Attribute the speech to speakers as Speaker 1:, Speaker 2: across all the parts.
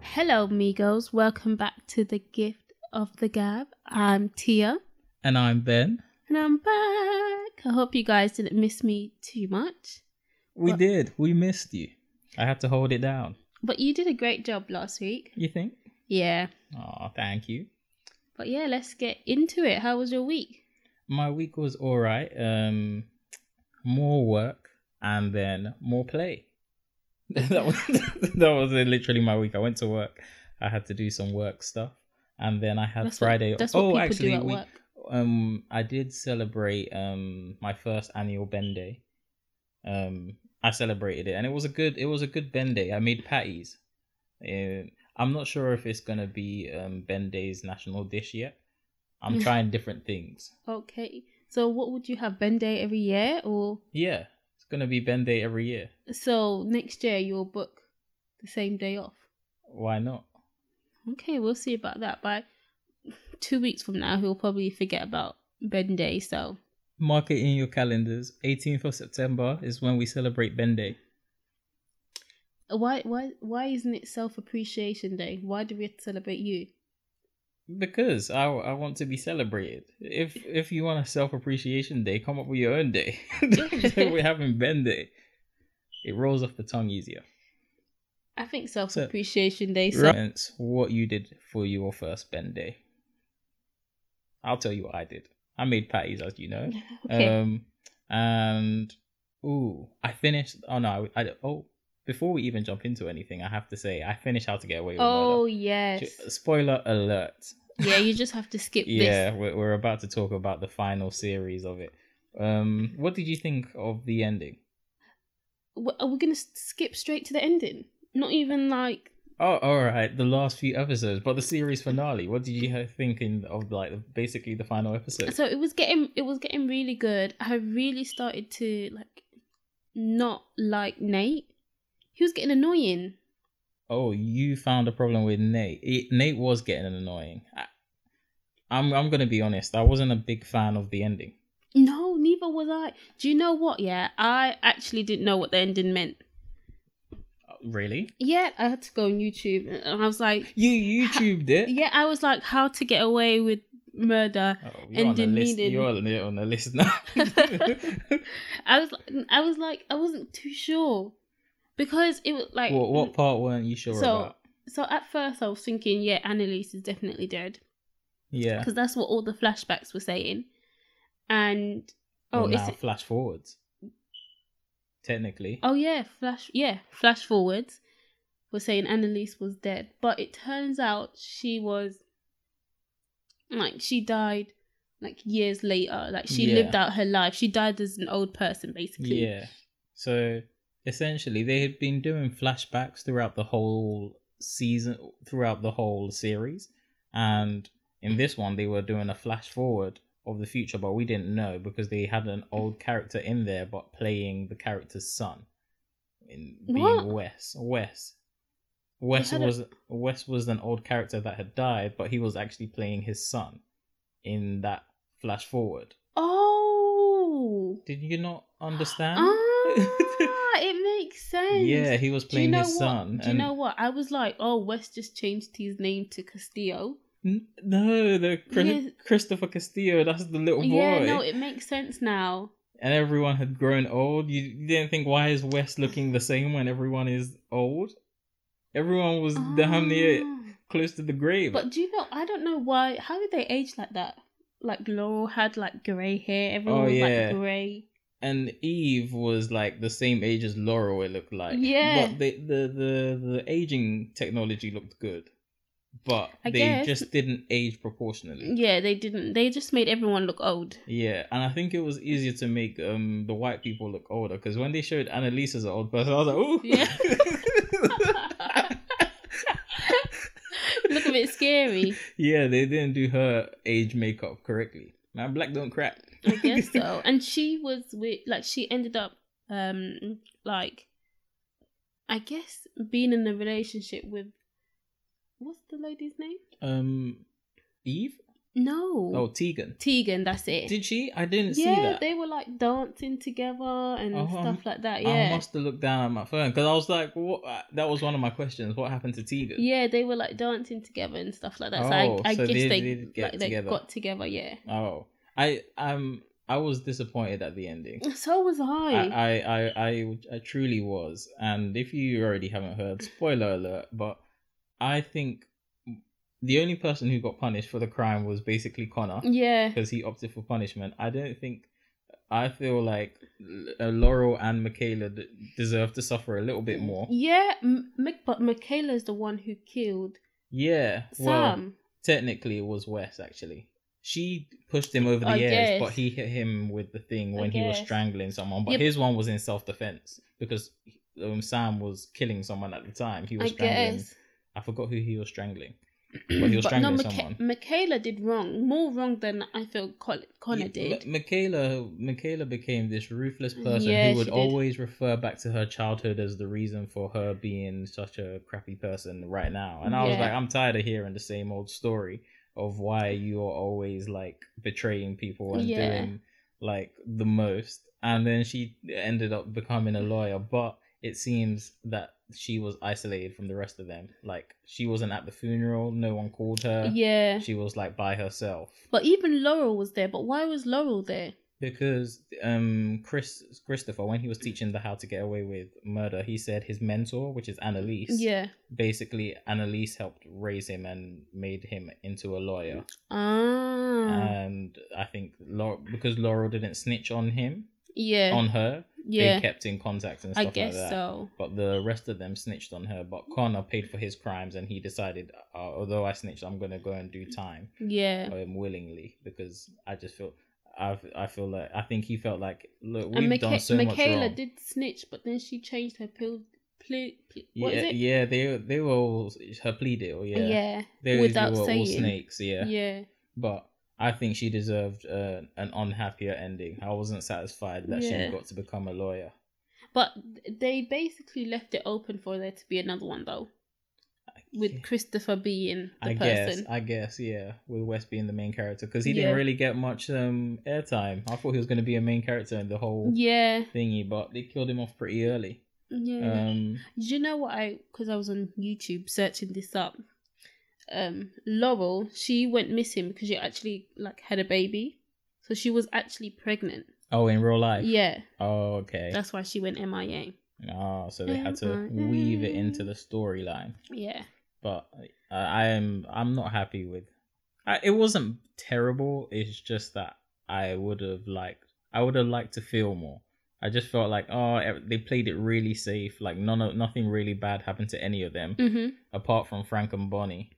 Speaker 1: Hello, amigos. Welcome back to the Gift of the Gab. I'm Tia,
Speaker 2: And I'm Ben.
Speaker 1: and I'm back. I hope you guys didn't miss me too much,
Speaker 2: We
Speaker 1: What?
Speaker 2: did. We missed you. I had to hold it down.
Speaker 1: but you did a great job last week.
Speaker 2: You think?
Speaker 1: Yeah,
Speaker 2: Oh, thank you.
Speaker 1: but yeah, let's get into it. How was your week?
Speaker 2: My week was all right. Um, more work and then more play. that was that was literally my week. I went to work. I had to do some work stuff, and then I had
Speaker 1: That's what-
Speaker 2: Friday.
Speaker 1: that's what
Speaker 2: oh,
Speaker 1: people
Speaker 2: actually,
Speaker 1: do at
Speaker 2: we,
Speaker 1: work.
Speaker 2: um I did celebrate um my first annual Ben Day. Um I celebrated it and it was a good it was a good Ben Day. I made patties. Uh, I'm not sure if it's gonna be um Ben Day's national dish yet. I'm trying different things.
Speaker 1: Okay, so what would you have Ben Day every year, or
Speaker 2: Yeah. It's gonna be Ben Day every year.
Speaker 1: so next year you'll book the same day off?
Speaker 2: Why not?
Speaker 1: Okay, we'll see about that. By two weeks from now, he'll probably forget about Ben Day, so.
Speaker 2: Mark it in your calendars. 18th of September is when we celebrate Ben Day.
Speaker 1: Why why why isn't it self appreciation day? Why do we have to celebrate you?
Speaker 2: Because I, I want to be celebrated. If if you want a self appreciation day, come up with your own day. We're having Ben Day. It rolls off the tongue easier.
Speaker 1: I think self appreciation day. So
Speaker 2: Right. What you did for your first Ben Day. I'll tell you what I did. I made patties, as you know.
Speaker 1: okay.
Speaker 2: Um, and ooh, I finished. Oh no, I, I oh. Before we even jump into anything, I have to say I finished How to Get Away with
Speaker 1: oh
Speaker 2: Murder.
Speaker 1: yes,
Speaker 2: Spoiler alert.
Speaker 1: yeah. You just have to skip
Speaker 2: yeah
Speaker 1: this.
Speaker 2: we're, we're about to talk about the final series of it um what did you think of the ending
Speaker 1: W- Are we gonna s- skip straight to the ending? Not even like
Speaker 2: oh all right the last few episodes but the series finale what did you think in of like basically the final episode
Speaker 1: so. It was getting it was getting really good. I really started to like not like Nate. He was getting annoying.
Speaker 2: oh you found a problem with nate it, nate was getting annoying I, i'm i'm gonna be honest i wasn't a big fan of the ending
Speaker 1: No, neither was I. Do you know what? Yeah, I actually didn't know what the ending meant.
Speaker 2: Uh, really
Speaker 1: Yeah, I had to go on YouTube and I was like,
Speaker 2: you youtubed it
Speaker 1: Yeah, I was like, how to get away with murder.
Speaker 2: Oh, you're on the
Speaker 1: Ending
Speaker 2: list.
Speaker 1: needed.
Speaker 2: You're on the- on the list now.
Speaker 1: I was, I was like, I wasn't too sure because it was like,
Speaker 2: what, what part weren't you sure
Speaker 1: So-
Speaker 2: about?
Speaker 1: so at first I was thinking, yeah, Annalise is definitely dead
Speaker 2: Yeah.
Speaker 1: because that's what all the flashbacks were saying, and oh,
Speaker 2: well,
Speaker 1: it's
Speaker 2: now flash forwards. Technically,
Speaker 1: oh yeah, flash, yeah, flash forwards were saying Annalise was dead, but it turns out she was like she died like years later, like she
Speaker 2: Yeah.
Speaker 1: lived out her life. She died as an old person basically.
Speaker 2: yeah. So essentially, they had been doing flashbacks throughout the whole season, throughout the whole series, and in this one, they were doing a flash forward of the future, but we didn't know because they had an old character in there, but playing the character's son, in being
Speaker 1: What?
Speaker 2: Wes. Wes. Wes
Speaker 1: had a-
Speaker 2: was Wes was an old character that had died, but he was actually playing his son in that flash forward.
Speaker 1: Oh.
Speaker 2: Did you not understand?
Speaker 1: Ah, it makes sense.
Speaker 2: yeah, he was
Speaker 1: Do you
Speaker 2: playing
Speaker 1: know
Speaker 2: his
Speaker 1: what?
Speaker 2: son.
Speaker 1: Do you know what? I was like, oh, Wes just changed his name to Castillo.
Speaker 2: N- No, the Chris-
Speaker 1: Yeah.
Speaker 2: Christopher Castillo, that's the little Oh, boy.
Speaker 1: Yeah, no, it makes sense now.
Speaker 2: and everyone had grown old. You, you didn't think why is West looking the same when everyone is old? Everyone was damn near
Speaker 1: Ah.
Speaker 2: close to the grave.
Speaker 1: But do you know? I don't know why. How did they age like that? Like Laurel had like grey hair. Everyone
Speaker 2: Oh,
Speaker 1: was
Speaker 2: yeah.
Speaker 1: like grey.
Speaker 2: and Eve was like the same age as Laurel. It looked like.
Speaker 1: Yeah.
Speaker 2: But the the the, the aging technology looked good, but
Speaker 1: I
Speaker 2: they
Speaker 1: guess.
Speaker 2: just didn't age proportionally.
Speaker 1: Yeah, they didn't. They just made everyone look old.
Speaker 2: Yeah, and I think it was easier to make um the white people look older because when they showed Annalise as an old person, I was like, oh,
Speaker 1: Yeah. Look a bit scary.
Speaker 2: yeah, they didn't do her age makeup correctly. Man, black don't crack.
Speaker 1: I guess so. And she was with like she ended up um like I guess being in a relationship with what's the lady's name?
Speaker 2: um, Eve.
Speaker 1: No.
Speaker 2: Oh, Tegan.
Speaker 1: Tegan, that's it.
Speaker 2: Did she? I didn't
Speaker 1: yeah,
Speaker 2: see that.
Speaker 1: they were like dancing together and
Speaker 2: Oh,
Speaker 1: stuff
Speaker 2: um,
Speaker 1: like that.
Speaker 2: I
Speaker 1: Yeah.
Speaker 2: must have looked down at my phone because I was like, "What?" Uh, That was one of my questions. What happened to Tegan?
Speaker 1: Yeah, they were like dancing together and stuff like that. so
Speaker 2: Oh,
Speaker 1: I, I
Speaker 2: so
Speaker 1: guess
Speaker 2: they
Speaker 1: they,
Speaker 2: did get
Speaker 1: like, they
Speaker 2: together.
Speaker 1: got together, yeah.
Speaker 2: Oh, I um, I was disappointed at the ending.
Speaker 1: So was I.
Speaker 2: I, I, I, I, I truly was. And if you already haven't heard, spoiler alert, but I think the only person who got punished for the crime was basically Connor
Speaker 1: yeah.
Speaker 2: because he opted for punishment. I don't think, I feel like uh, Laurel and Michaela d- deserve to suffer a little bit
Speaker 1: Mm.
Speaker 2: more.
Speaker 1: Yeah, M- Mick, but Michaela's the one who killed
Speaker 2: Yeah. Well,
Speaker 1: Sam.
Speaker 2: technically it was Wes actually. She pushed him over the
Speaker 1: I
Speaker 2: edge,
Speaker 1: guess.
Speaker 2: but he hit him with the thing
Speaker 1: I
Speaker 2: when he was
Speaker 1: guess.
Speaker 2: strangling someone. But
Speaker 1: Yep.
Speaker 2: his one was in self defense because um, Sam was killing someone at the time. He
Speaker 1: I
Speaker 2: was strangling.
Speaker 1: guess.
Speaker 2: I forgot who he was strangling. Well, he was
Speaker 1: but no,
Speaker 2: strangling
Speaker 1: Micha-
Speaker 2: someone.
Speaker 1: Michaela did wrong. More wrong than I feel Col- Connor
Speaker 2: Yeah,
Speaker 1: did.
Speaker 2: Mi- Michaela, Michaela became this ruthless person
Speaker 1: Yeah,
Speaker 2: who would
Speaker 1: she did.
Speaker 2: always refer back to her childhood as the reason for her being such a crappy person right now. And I was
Speaker 1: Yeah.
Speaker 2: like, I'm tired of hearing the same old story of why you are always like betraying people and
Speaker 1: Yeah.
Speaker 2: doing like the most. And then she ended up becoming a lawyer, but it seems that she was isolated from the rest of them. Like she wasn't at the funeral, no one called her.
Speaker 1: yeah.
Speaker 2: She was like by herself
Speaker 1: But even Laurel was there. But why was Laurel there?
Speaker 2: because um Chris Christopher when he was teaching the how to get away with murder he said his mentor which is Annalise
Speaker 1: Yeah.
Speaker 2: basically Annalise helped raise him and made him into a lawyer
Speaker 1: Ah.
Speaker 2: and I think Laura, because Laurel didn't snitch on him
Speaker 1: yeah.
Speaker 2: on her
Speaker 1: yeah.
Speaker 2: they kept in contact and
Speaker 1: I
Speaker 2: stuff
Speaker 1: guess
Speaker 2: like that
Speaker 1: so.
Speaker 2: but the rest of them snitched on her but Connor paid for his crimes and he decided uh, although I snitched I'm going to go and do time
Speaker 1: Yeah.
Speaker 2: um, willingly because I just feel I I feel like I think he felt like look we've
Speaker 1: and
Speaker 2: done
Speaker 1: Micha-
Speaker 2: so much
Speaker 1: Michaela
Speaker 2: wrong.
Speaker 1: did snitch, but then she changed her pill. Ple- ple-
Speaker 2: yeah,
Speaker 1: what is it?
Speaker 2: yeah, they they were all her plea deal. Yeah,
Speaker 1: Yeah.
Speaker 2: they,
Speaker 1: without
Speaker 2: they were all
Speaker 1: saying.
Speaker 2: snakes.
Speaker 1: Yeah.
Speaker 2: Yeah. but I think she deserved uh, an unhappier ending. I wasn't satisfied that
Speaker 1: Yeah.
Speaker 2: she got to become a lawyer.
Speaker 1: But they basically left it open for there to be another one though, with
Speaker 2: Yeah.
Speaker 1: Christopher being the
Speaker 2: I guess,
Speaker 1: person.
Speaker 2: I guess, yeah, with West being the main character because he didn't
Speaker 1: Yeah.
Speaker 2: really get much um airtime. I thought he was going to be a main character in the whole
Speaker 1: Yeah.
Speaker 2: thingy, but they killed him off pretty early.
Speaker 1: Yeah.
Speaker 2: Um,
Speaker 1: Do you know what I? Because I was on YouTube searching this up. Um, Laurel, she went missing because she actually like had a baby, so she was actually pregnant.
Speaker 2: oh, in real life,
Speaker 1: Yeah,
Speaker 2: Oh, okay.
Speaker 1: that's why she went MIA.
Speaker 2: Oh, so they had to
Speaker 1: Mm-mm.
Speaker 2: weave it into the storyline.
Speaker 1: Yeah,
Speaker 2: But I I am I'm not happy with. I, it wasn't terrible. It's just that I would have liked I would have liked to feel more. I just felt like oh e- they played it really safe. Like none of nothing really bad happened to any of them
Speaker 1: hmm
Speaker 2: apart from Frank and Bonnie,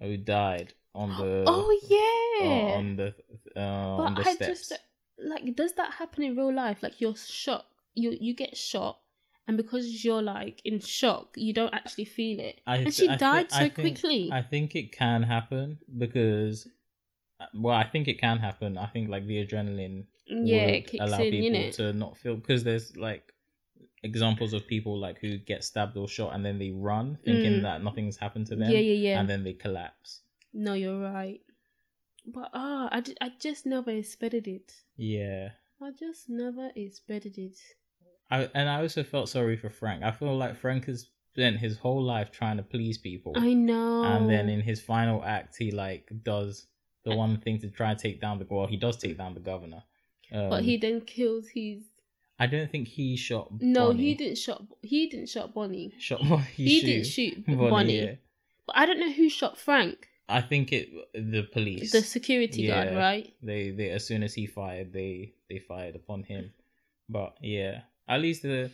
Speaker 2: who died on the
Speaker 1: oh yeah.
Speaker 2: on- on the uh, on the
Speaker 1: but I
Speaker 2: steps.
Speaker 1: just like, does that happen in real life? Like you're shocked, you you get shot, and because you're like in shock, you don't actually feel it.
Speaker 2: I
Speaker 1: And
Speaker 2: th-
Speaker 1: she
Speaker 2: I thi-
Speaker 1: died so
Speaker 2: I think-
Speaker 1: quickly.
Speaker 2: I think it can happen because, uh, well, I think it can happen. I think like the adrenaline
Speaker 1: yeah,
Speaker 2: would
Speaker 1: it kicks
Speaker 2: allow
Speaker 1: in,
Speaker 2: people
Speaker 1: innit?
Speaker 2: to not feel because there's like examples of people like who get stabbed or shot and then they run thinking
Speaker 1: Mm.
Speaker 2: that nothing's happened to
Speaker 1: Yeah,
Speaker 2: them
Speaker 1: yeah, yeah.
Speaker 2: and then they collapse.
Speaker 1: No, you're right. But ah, I, ju- I just never expected it.
Speaker 2: Yeah.
Speaker 1: I just never expected it.
Speaker 2: I, and I also felt sorry for Frank. I feel like Frank has spent his whole life trying to please people.
Speaker 1: I know.
Speaker 2: and then in his final act he like does the one thing to try and take down the well he does take down the governor um,
Speaker 1: but he then kills his.
Speaker 2: i don't think he shot
Speaker 1: No,
Speaker 2: Bonnie.
Speaker 1: he didn't shot. He didn't shot Bonnie.
Speaker 2: shot Bonnie,
Speaker 1: He didn't shoot Bonnie.
Speaker 2: yeah.
Speaker 1: But I don't know who shot Frank,
Speaker 2: i think it the police
Speaker 1: the security guard,
Speaker 2: Yeah.
Speaker 1: right?
Speaker 2: they they as soon as he fired they they fired upon him but yeah at least the the-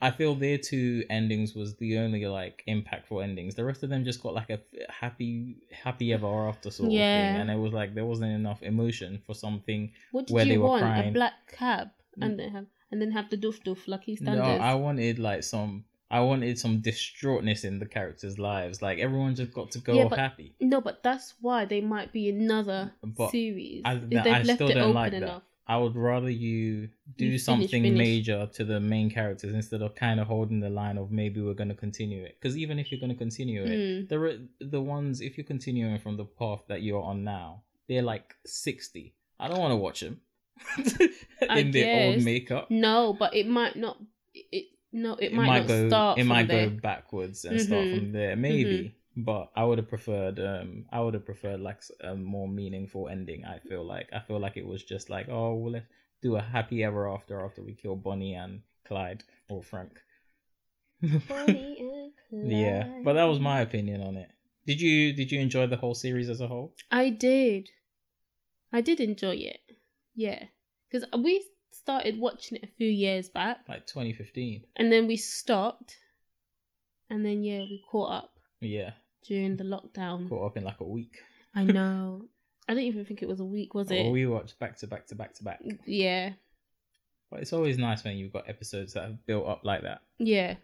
Speaker 2: I feel their two endings was the only like impactful endings. The rest of them just got like a f- happy, happy ever after sort of
Speaker 1: Yeah.
Speaker 2: thing, and it was like there wasn't enough emotion for something
Speaker 1: What did
Speaker 2: Where they
Speaker 1: you
Speaker 2: were
Speaker 1: want? A
Speaker 2: crying. Mm.
Speaker 1: black cab, and then have and then have the doof doof like he standards.
Speaker 2: No, I wanted like some. I wanted some distraughtness in the characters' lives. Like everyone just got to go
Speaker 1: Yeah,
Speaker 2: off
Speaker 1: but
Speaker 2: happy.
Speaker 1: No, but that's why they might be another
Speaker 2: But
Speaker 1: series.
Speaker 2: I-
Speaker 1: if
Speaker 2: no,
Speaker 1: they've
Speaker 2: I
Speaker 1: left
Speaker 2: still
Speaker 1: it
Speaker 2: don't
Speaker 1: open
Speaker 2: like that.
Speaker 1: enough.
Speaker 2: I would rather you do
Speaker 1: You finish,
Speaker 2: something
Speaker 1: finish.
Speaker 2: major to the main characters instead of kind of holding the line of maybe we're going to continue it. Because even if you're going to continue it,
Speaker 1: Mm.
Speaker 2: there are the ones if you're continuing from the path that you're on now, they're like 60. I don't want to watch them
Speaker 1: I
Speaker 2: in their old
Speaker 1: guess.
Speaker 2: makeup.
Speaker 1: No, but it might not. It, it- no, it,
Speaker 2: It
Speaker 1: might, not
Speaker 2: go.
Speaker 1: start.
Speaker 2: it
Speaker 1: from
Speaker 2: might
Speaker 1: there. Mm-hmm.
Speaker 2: go backwards and start
Speaker 1: Mhm.
Speaker 2: from there, maybe. But I would have preferred. Um, I would have preferred like s- a more meaningful ending. I feel like. I feel like it was just like, oh, well, let's do a happy ever after after we kill Bonnie and Clyde or Frank. yeah, but that was my opinion on it. Did you Did you enjoy the whole series as a whole?
Speaker 1: I did. I did enjoy it. Yeah, because we started watching it a few years back,
Speaker 2: Like 2015.
Speaker 1: and then we stopped, and then yeah, we caught up
Speaker 2: Yeah,
Speaker 1: during the lockdown.
Speaker 2: caught up in like a week.
Speaker 1: I know. I don't even think it was a week, was it?
Speaker 2: Or we watched back to back to back to back.
Speaker 1: Yeah,
Speaker 2: But it's always nice when you've got episodes that have built up like that.
Speaker 1: yeah.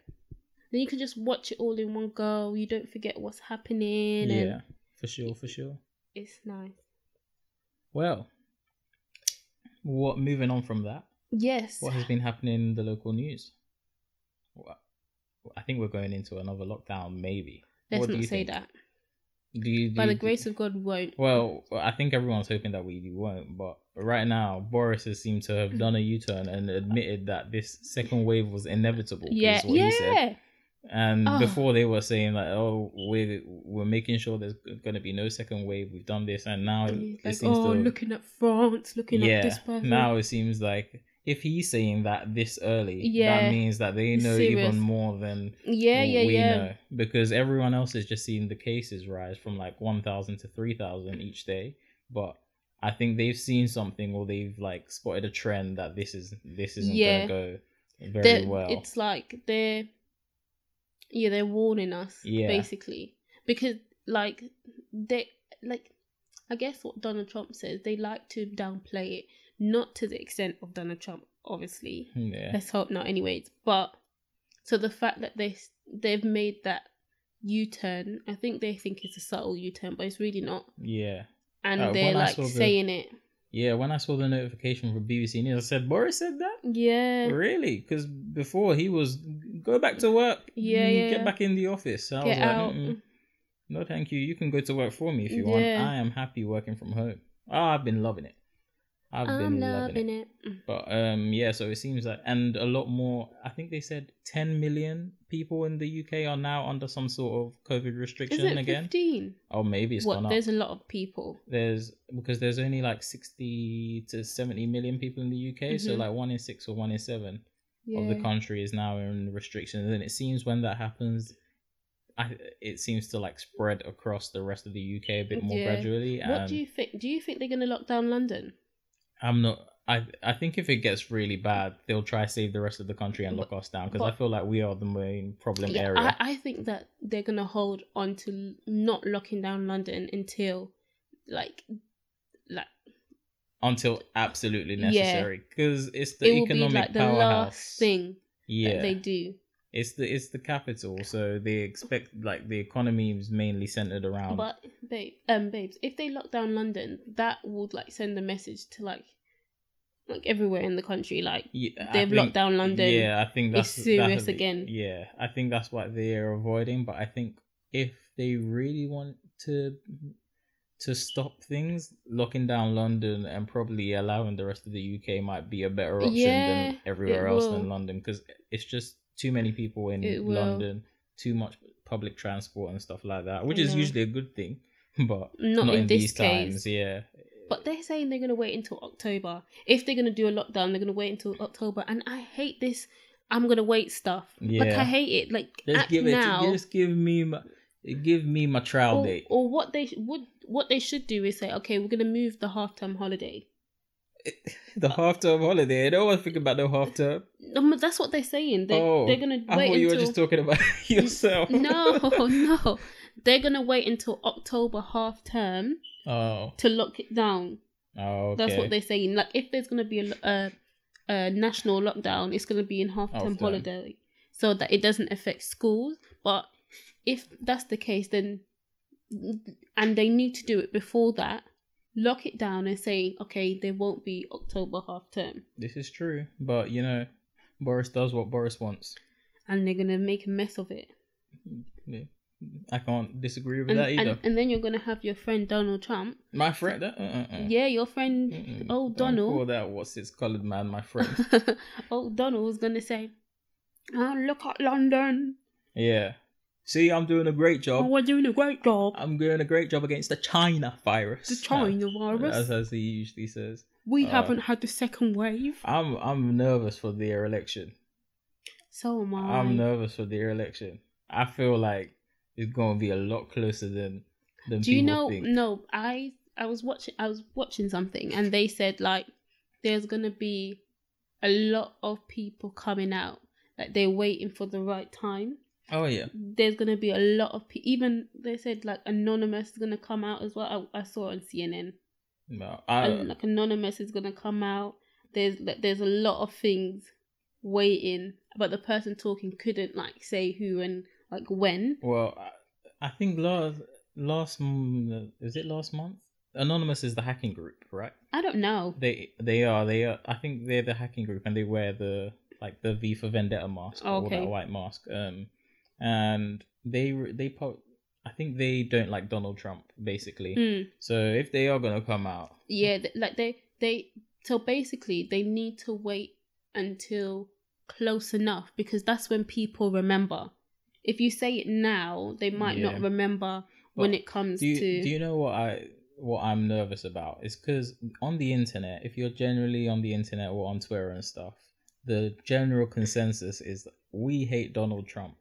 Speaker 1: Then you can just watch it all in one go. You don't forget what's happening,
Speaker 2: Yeah,
Speaker 1: and
Speaker 2: for sure, for sure.
Speaker 1: it's nice.
Speaker 2: Well, what moving on from that?
Speaker 1: Yes.
Speaker 2: What has been happening in the local news? Wha- I think we're going into another lockdown, maybe.
Speaker 1: Let's
Speaker 2: What do
Speaker 1: not
Speaker 2: you
Speaker 1: say
Speaker 2: think?
Speaker 1: that.
Speaker 2: Do you, do
Speaker 1: By the
Speaker 2: you-
Speaker 1: grace of God, we won't.
Speaker 2: Well, I think everyone's hoping that we won't, but right now Boris has seemed to have done a U-turn and admitted that this second wave was inevitable. is
Speaker 1: yeah,
Speaker 2: what he said.
Speaker 1: yeah.
Speaker 2: And
Speaker 1: Oh.
Speaker 2: before they were saying like, "Oh, we're we're making sure there's going to be no second wave. We've done this," and now
Speaker 1: And
Speaker 2: it
Speaker 1: he's like,
Speaker 2: seems
Speaker 1: oh,
Speaker 2: to
Speaker 1: looking at France, looking
Speaker 2: yeah.
Speaker 1: at this person.
Speaker 2: Now it seems like if he's saying that this early,
Speaker 1: Yeah.
Speaker 2: that means that they
Speaker 1: He's
Speaker 2: know
Speaker 1: serious.
Speaker 2: even more than
Speaker 1: yeah, yeah,
Speaker 2: we
Speaker 1: yeah.
Speaker 2: know because everyone else is just seeing the cases rise from like one thousand to three thousand each day, but. I think they've seen something, or they've like spotted a trend that this is this isn't
Speaker 1: Yeah.
Speaker 2: going to go very
Speaker 1: They're-
Speaker 2: well.
Speaker 1: It's like they're, yeah, they're warning us
Speaker 2: Yeah.
Speaker 1: basically because like they like, I guess what Donald Trump says they like to downplay it, not to the extent of Donald Trump, obviously.
Speaker 2: yeah,
Speaker 1: Let's hope not, anyways. But so the fact that they they've made that U turn, I think they think it's a subtle U turn, but it's really not,
Speaker 2: yeah.
Speaker 1: and
Speaker 2: Uh,
Speaker 1: they're
Speaker 2: when I
Speaker 1: like
Speaker 2: saw the-
Speaker 1: saying it.
Speaker 2: Yeah, when I saw the notification from BBC News, I said, Boris said that?
Speaker 1: Yeah.
Speaker 2: Really? Because before he was, go back to work.
Speaker 1: Yeah,
Speaker 2: Mm,
Speaker 1: yeah,
Speaker 2: Get
Speaker 1: yeah.
Speaker 2: back in the office. I was
Speaker 1: Get
Speaker 2: like,
Speaker 1: out.
Speaker 2: "Mm-mm, no, thank you. You can go to work for me if you want.
Speaker 1: Yeah.
Speaker 2: I am happy working from home. Oh, I've been loving it. I've
Speaker 1: I'm
Speaker 2: been
Speaker 1: loving
Speaker 2: loving it.
Speaker 1: it. Mm.
Speaker 2: But um, yeah, so it seems like, and a lot more, I think they said 10 million people in the UK are now under some sort of
Speaker 1: Is
Speaker 2: COVID restriction
Speaker 1: it
Speaker 2: again.
Speaker 1: 15?
Speaker 2: Oh, maybe it's
Speaker 1: What?
Speaker 2: gone up.
Speaker 1: There's a lot of people.
Speaker 2: there's because there's only like 60 to 70 million people in the UK so
Speaker 1: Mhm.
Speaker 2: like one in 6 or one in 7
Speaker 1: Yeah.
Speaker 2: of the country is now in restrictions and it seems when that happens I, it seems to like spread across the rest of the UK a bit more
Speaker 1: Yeah.
Speaker 2: gradually and
Speaker 1: what do you think? Do you think they're going to lock down London?
Speaker 2: I'm not I I think if it gets really bad they'll try save the rest of the country and lock us down because I
Speaker 1: but-
Speaker 2: feel like we are the main problem
Speaker 1: Yeah,
Speaker 2: area
Speaker 1: I, I think that they're going to hold on to l- not locking down London until, like, like
Speaker 2: until absolutely
Speaker 1: Yeah.
Speaker 2: necessary because it's the
Speaker 1: it will be
Speaker 2: economic
Speaker 1: like the
Speaker 2: powerhouse
Speaker 1: last thing
Speaker 2: yeah
Speaker 1: that they do.
Speaker 2: It's the it's the capital, so they expect like the economy is mainly centered around.
Speaker 1: but babe, um, babes, if they lock down London, that would like send a message to like, like everywhere in the country, like
Speaker 2: yeah, I
Speaker 1: they've
Speaker 2: think-
Speaker 1: locked down London.
Speaker 2: Yeah, I think that's
Speaker 1: It's serious
Speaker 2: that'd be-
Speaker 1: again.
Speaker 2: Yeah, I think that's what they're avoiding. But I think if they really want to to stop things, locking down London and probably allowing the rest of the UK might be a better option
Speaker 1: Yeah,
Speaker 2: than everywhere
Speaker 1: it
Speaker 2: else
Speaker 1: will.
Speaker 2: than London because it's just too many people in
Speaker 1: It will.
Speaker 2: London, too much public transport and stuff like that, which
Speaker 1: I
Speaker 2: is
Speaker 1: know.
Speaker 2: usually a good thing, but.
Speaker 1: Not, in, this
Speaker 2: these
Speaker 1: case.
Speaker 2: times. Yeah,
Speaker 1: But they're saying they're going to wait until October. If they're going to do a lockdown, they're going to wait until October. And I hate this. I'm going to wait stuff. Like
Speaker 2: Yeah.
Speaker 1: I hate it. Like
Speaker 2: just
Speaker 1: act
Speaker 2: give it.
Speaker 1: now.
Speaker 2: Just give me my. Give me my trial
Speaker 1: or,
Speaker 2: date.
Speaker 1: or what they sh- would what they should do is say, okay, we're going to move the half term holiday.
Speaker 2: The half term holiday. I don't want to think about no half term.
Speaker 1: Um, that's what they're saying. They,
Speaker 2: Oh,
Speaker 1: they're going to
Speaker 2: I
Speaker 1: wait
Speaker 2: thought
Speaker 1: until.
Speaker 2: you were just talking about yourself.
Speaker 1: no, no. They're going to wait until October half term
Speaker 2: Oh.
Speaker 1: to lock it down.
Speaker 2: Oh. Okay.
Speaker 1: That's what they're saying. Like if there's gonna be a, lo- a, a national lockdown, it's gonna be in half term
Speaker 2: Half-term.
Speaker 1: holiday, so that it doesn't affect schools. But if that's the case, then and they need to do it before that, lock it down and say, okay, there won't be October half term,
Speaker 2: This is true, but you know, Boris does what Boris wants.
Speaker 1: and they're gonna make a mess of it.
Speaker 2: Yeah. I can't disagree with
Speaker 1: And,
Speaker 2: that either.
Speaker 1: and, and then you're going to have your friend Donald Trump.
Speaker 2: my friend, uh, uh, uh.
Speaker 1: Yeah, your friend,
Speaker 2: Mm-mm.
Speaker 1: Oh,
Speaker 2: Don't
Speaker 1: Donald.
Speaker 2: Call that what's his coloured man, my friend.
Speaker 1: oh, Donald was going to say, oh, look at London.
Speaker 2: yeah. See, I'm doing a great
Speaker 1: Oh,
Speaker 2: job.
Speaker 1: we're doing a great job.
Speaker 2: I'm doing a great job against the China virus.
Speaker 1: The China
Speaker 2: As,
Speaker 1: virus.
Speaker 2: as he usually says.
Speaker 1: We
Speaker 2: uh,
Speaker 1: haven't had the second wave.
Speaker 2: I'm I'm nervous for their election.
Speaker 1: So am I.
Speaker 2: I'm nervous for their election. I feel like it's gonna be a lot closer than than
Speaker 1: Do you
Speaker 2: people
Speaker 1: know?
Speaker 2: think.
Speaker 1: No, I I was watching I was watching something and they said like there's gonna be a lot of people coming out like they're waiting for the right time.
Speaker 2: Oh yeah.
Speaker 1: There's gonna be a lot of pe- even they said like anonymous is gonna come out as well. I, I saw it on CNN
Speaker 2: No. I,
Speaker 1: and like anonymous is gonna come out. There's like, there's a lot of things waiting, but the person talking couldn't like say who and like when.
Speaker 2: Well, I, I think last last m- is it last month? Anonymous is the hacking group, right?
Speaker 1: I don't know.
Speaker 2: They they are they are. I think they're the hacking group, and they wear the like the V for Vendetta mask or
Speaker 1: Okay.
Speaker 2: that white mask. Um, and they re- they po- I think they don't like Donald Trump basically.
Speaker 1: Hmm.
Speaker 2: So if they are gonna come out,
Speaker 1: Yeah, th- like they they so basically they need to wait until close enough because that's when people remember. If you say it now, they might
Speaker 2: Yeah.
Speaker 1: not remember when
Speaker 2: But
Speaker 1: it comes
Speaker 2: do you,
Speaker 1: to
Speaker 2: do you know what I what I'm nervous about is because on the internet, if you're generally on the internet or on Twitter and stuff, the general consensus is we hate Donald Trump,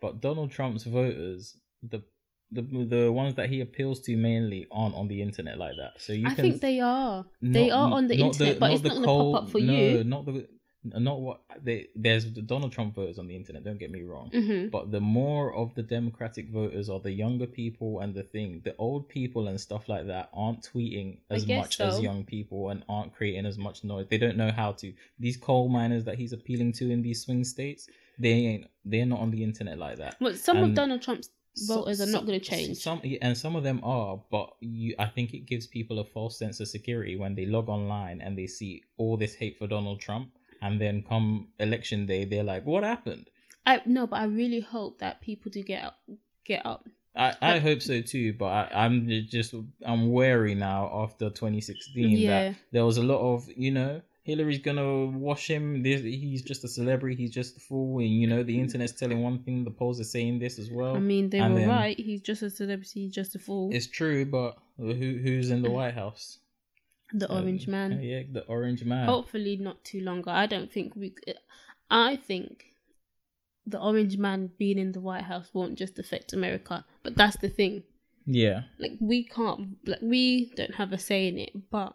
Speaker 2: but Donald Trump's voters, the the the ones that he appeals to mainly aren't on the internet like that. So you
Speaker 1: I
Speaker 2: can
Speaker 1: think they are. They
Speaker 2: not-
Speaker 1: are on the
Speaker 2: not
Speaker 1: internet, but it's
Speaker 2: the
Speaker 1: not gonna pop up for
Speaker 2: no,
Speaker 1: you.
Speaker 2: Not the not what they, there's the Donald Trump voters on the internet. Don't get me wrong
Speaker 1: hmm
Speaker 2: but the more of the democratic voters are the younger people and the thing the old people and stuff like that aren't tweeting
Speaker 1: I
Speaker 2: as
Speaker 1: guess
Speaker 2: much as
Speaker 1: so.
Speaker 2: young people and aren't creating as much noise they don't know how to these coal miners that he's appealing to in these swing states they ain't they're not on the internet like that
Speaker 1: Well, some
Speaker 2: And
Speaker 1: of Donald Trump's voters are not gonna change.
Speaker 2: some and some of them are but you i think it gives people a false sense of security when they log online and they see all this hate for donald trump and then come election day they're like what happened
Speaker 1: I no, but I really hope that people do get up, get up.
Speaker 2: I, I
Speaker 1: Like-
Speaker 2: hope so too, but I, I'm ju- just I'm wary now after 2016
Speaker 1: Yeah.
Speaker 2: that there was a lot of you know Hillary's gonna wash him. This, he's just a celebrity. He's just a fool, and you know the internet's telling one thing, the polls are saying this as well.
Speaker 1: I mean, they
Speaker 2: and
Speaker 1: were
Speaker 2: then-
Speaker 1: right. He's just a celebrity, he's just a fool.
Speaker 2: it's true, but who who's in the White House?
Speaker 1: The
Speaker 2: Um,
Speaker 1: orange man. Oh.
Speaker 2: Yeah, the orange man.
Speaker 1: hopefully not too long. I don't think we. I think the orange man being in the White House won't just affect America, but that's the thing.
Speaker 2: Yeah.
Speaker 1: Like we can't, like we don't have a say in it. But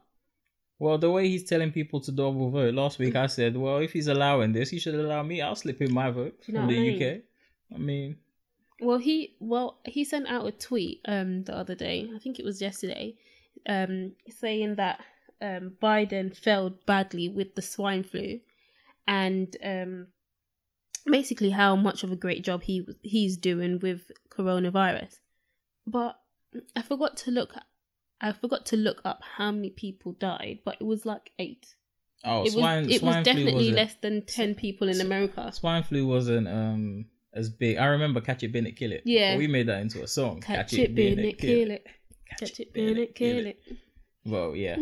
Speaker 2: Well, the way he's telling people to double vote. Last week I said, well, if he's allowing this, he should allow me. I'll slip in my vote
Speaker 1: You know
Speaker 2: from
Speaker 1: what
Speaker 2: the
Speaker 1: I mean?
Speaker 2: UK. I mean,
Speaker 1: well, he well he sent out a tweet um the other day. I think it was yesterday, um saying that um Biden failed badly with the swine flu, and um basically how much of a great job he he's doing with coronavirus. but I forgot to look. I forgot to look up how many people died, but it was like eight.
Speaker 2: oh,
Speaker 1: it
Speaker 2: swine,
Speaker 1: was it
Speaker 2: swine
Speaker 1: was
Speaker 2: flu
Speaker 1: definitely
Speaker 2: was a-
Speaker 1: less than ten people in
Speaker 2: s-
Speaker 1: America.
Speaker 2: Swine flu wasn't um as big. I remember catch it, bin it, kill it.
Speaker 1: Yeah.
Speaker 2: But we made that into a song.
Speaker 1: Catch it, bin it, kill it. Catch it, bin it, kill it.
Speaker 2: Well, yeah.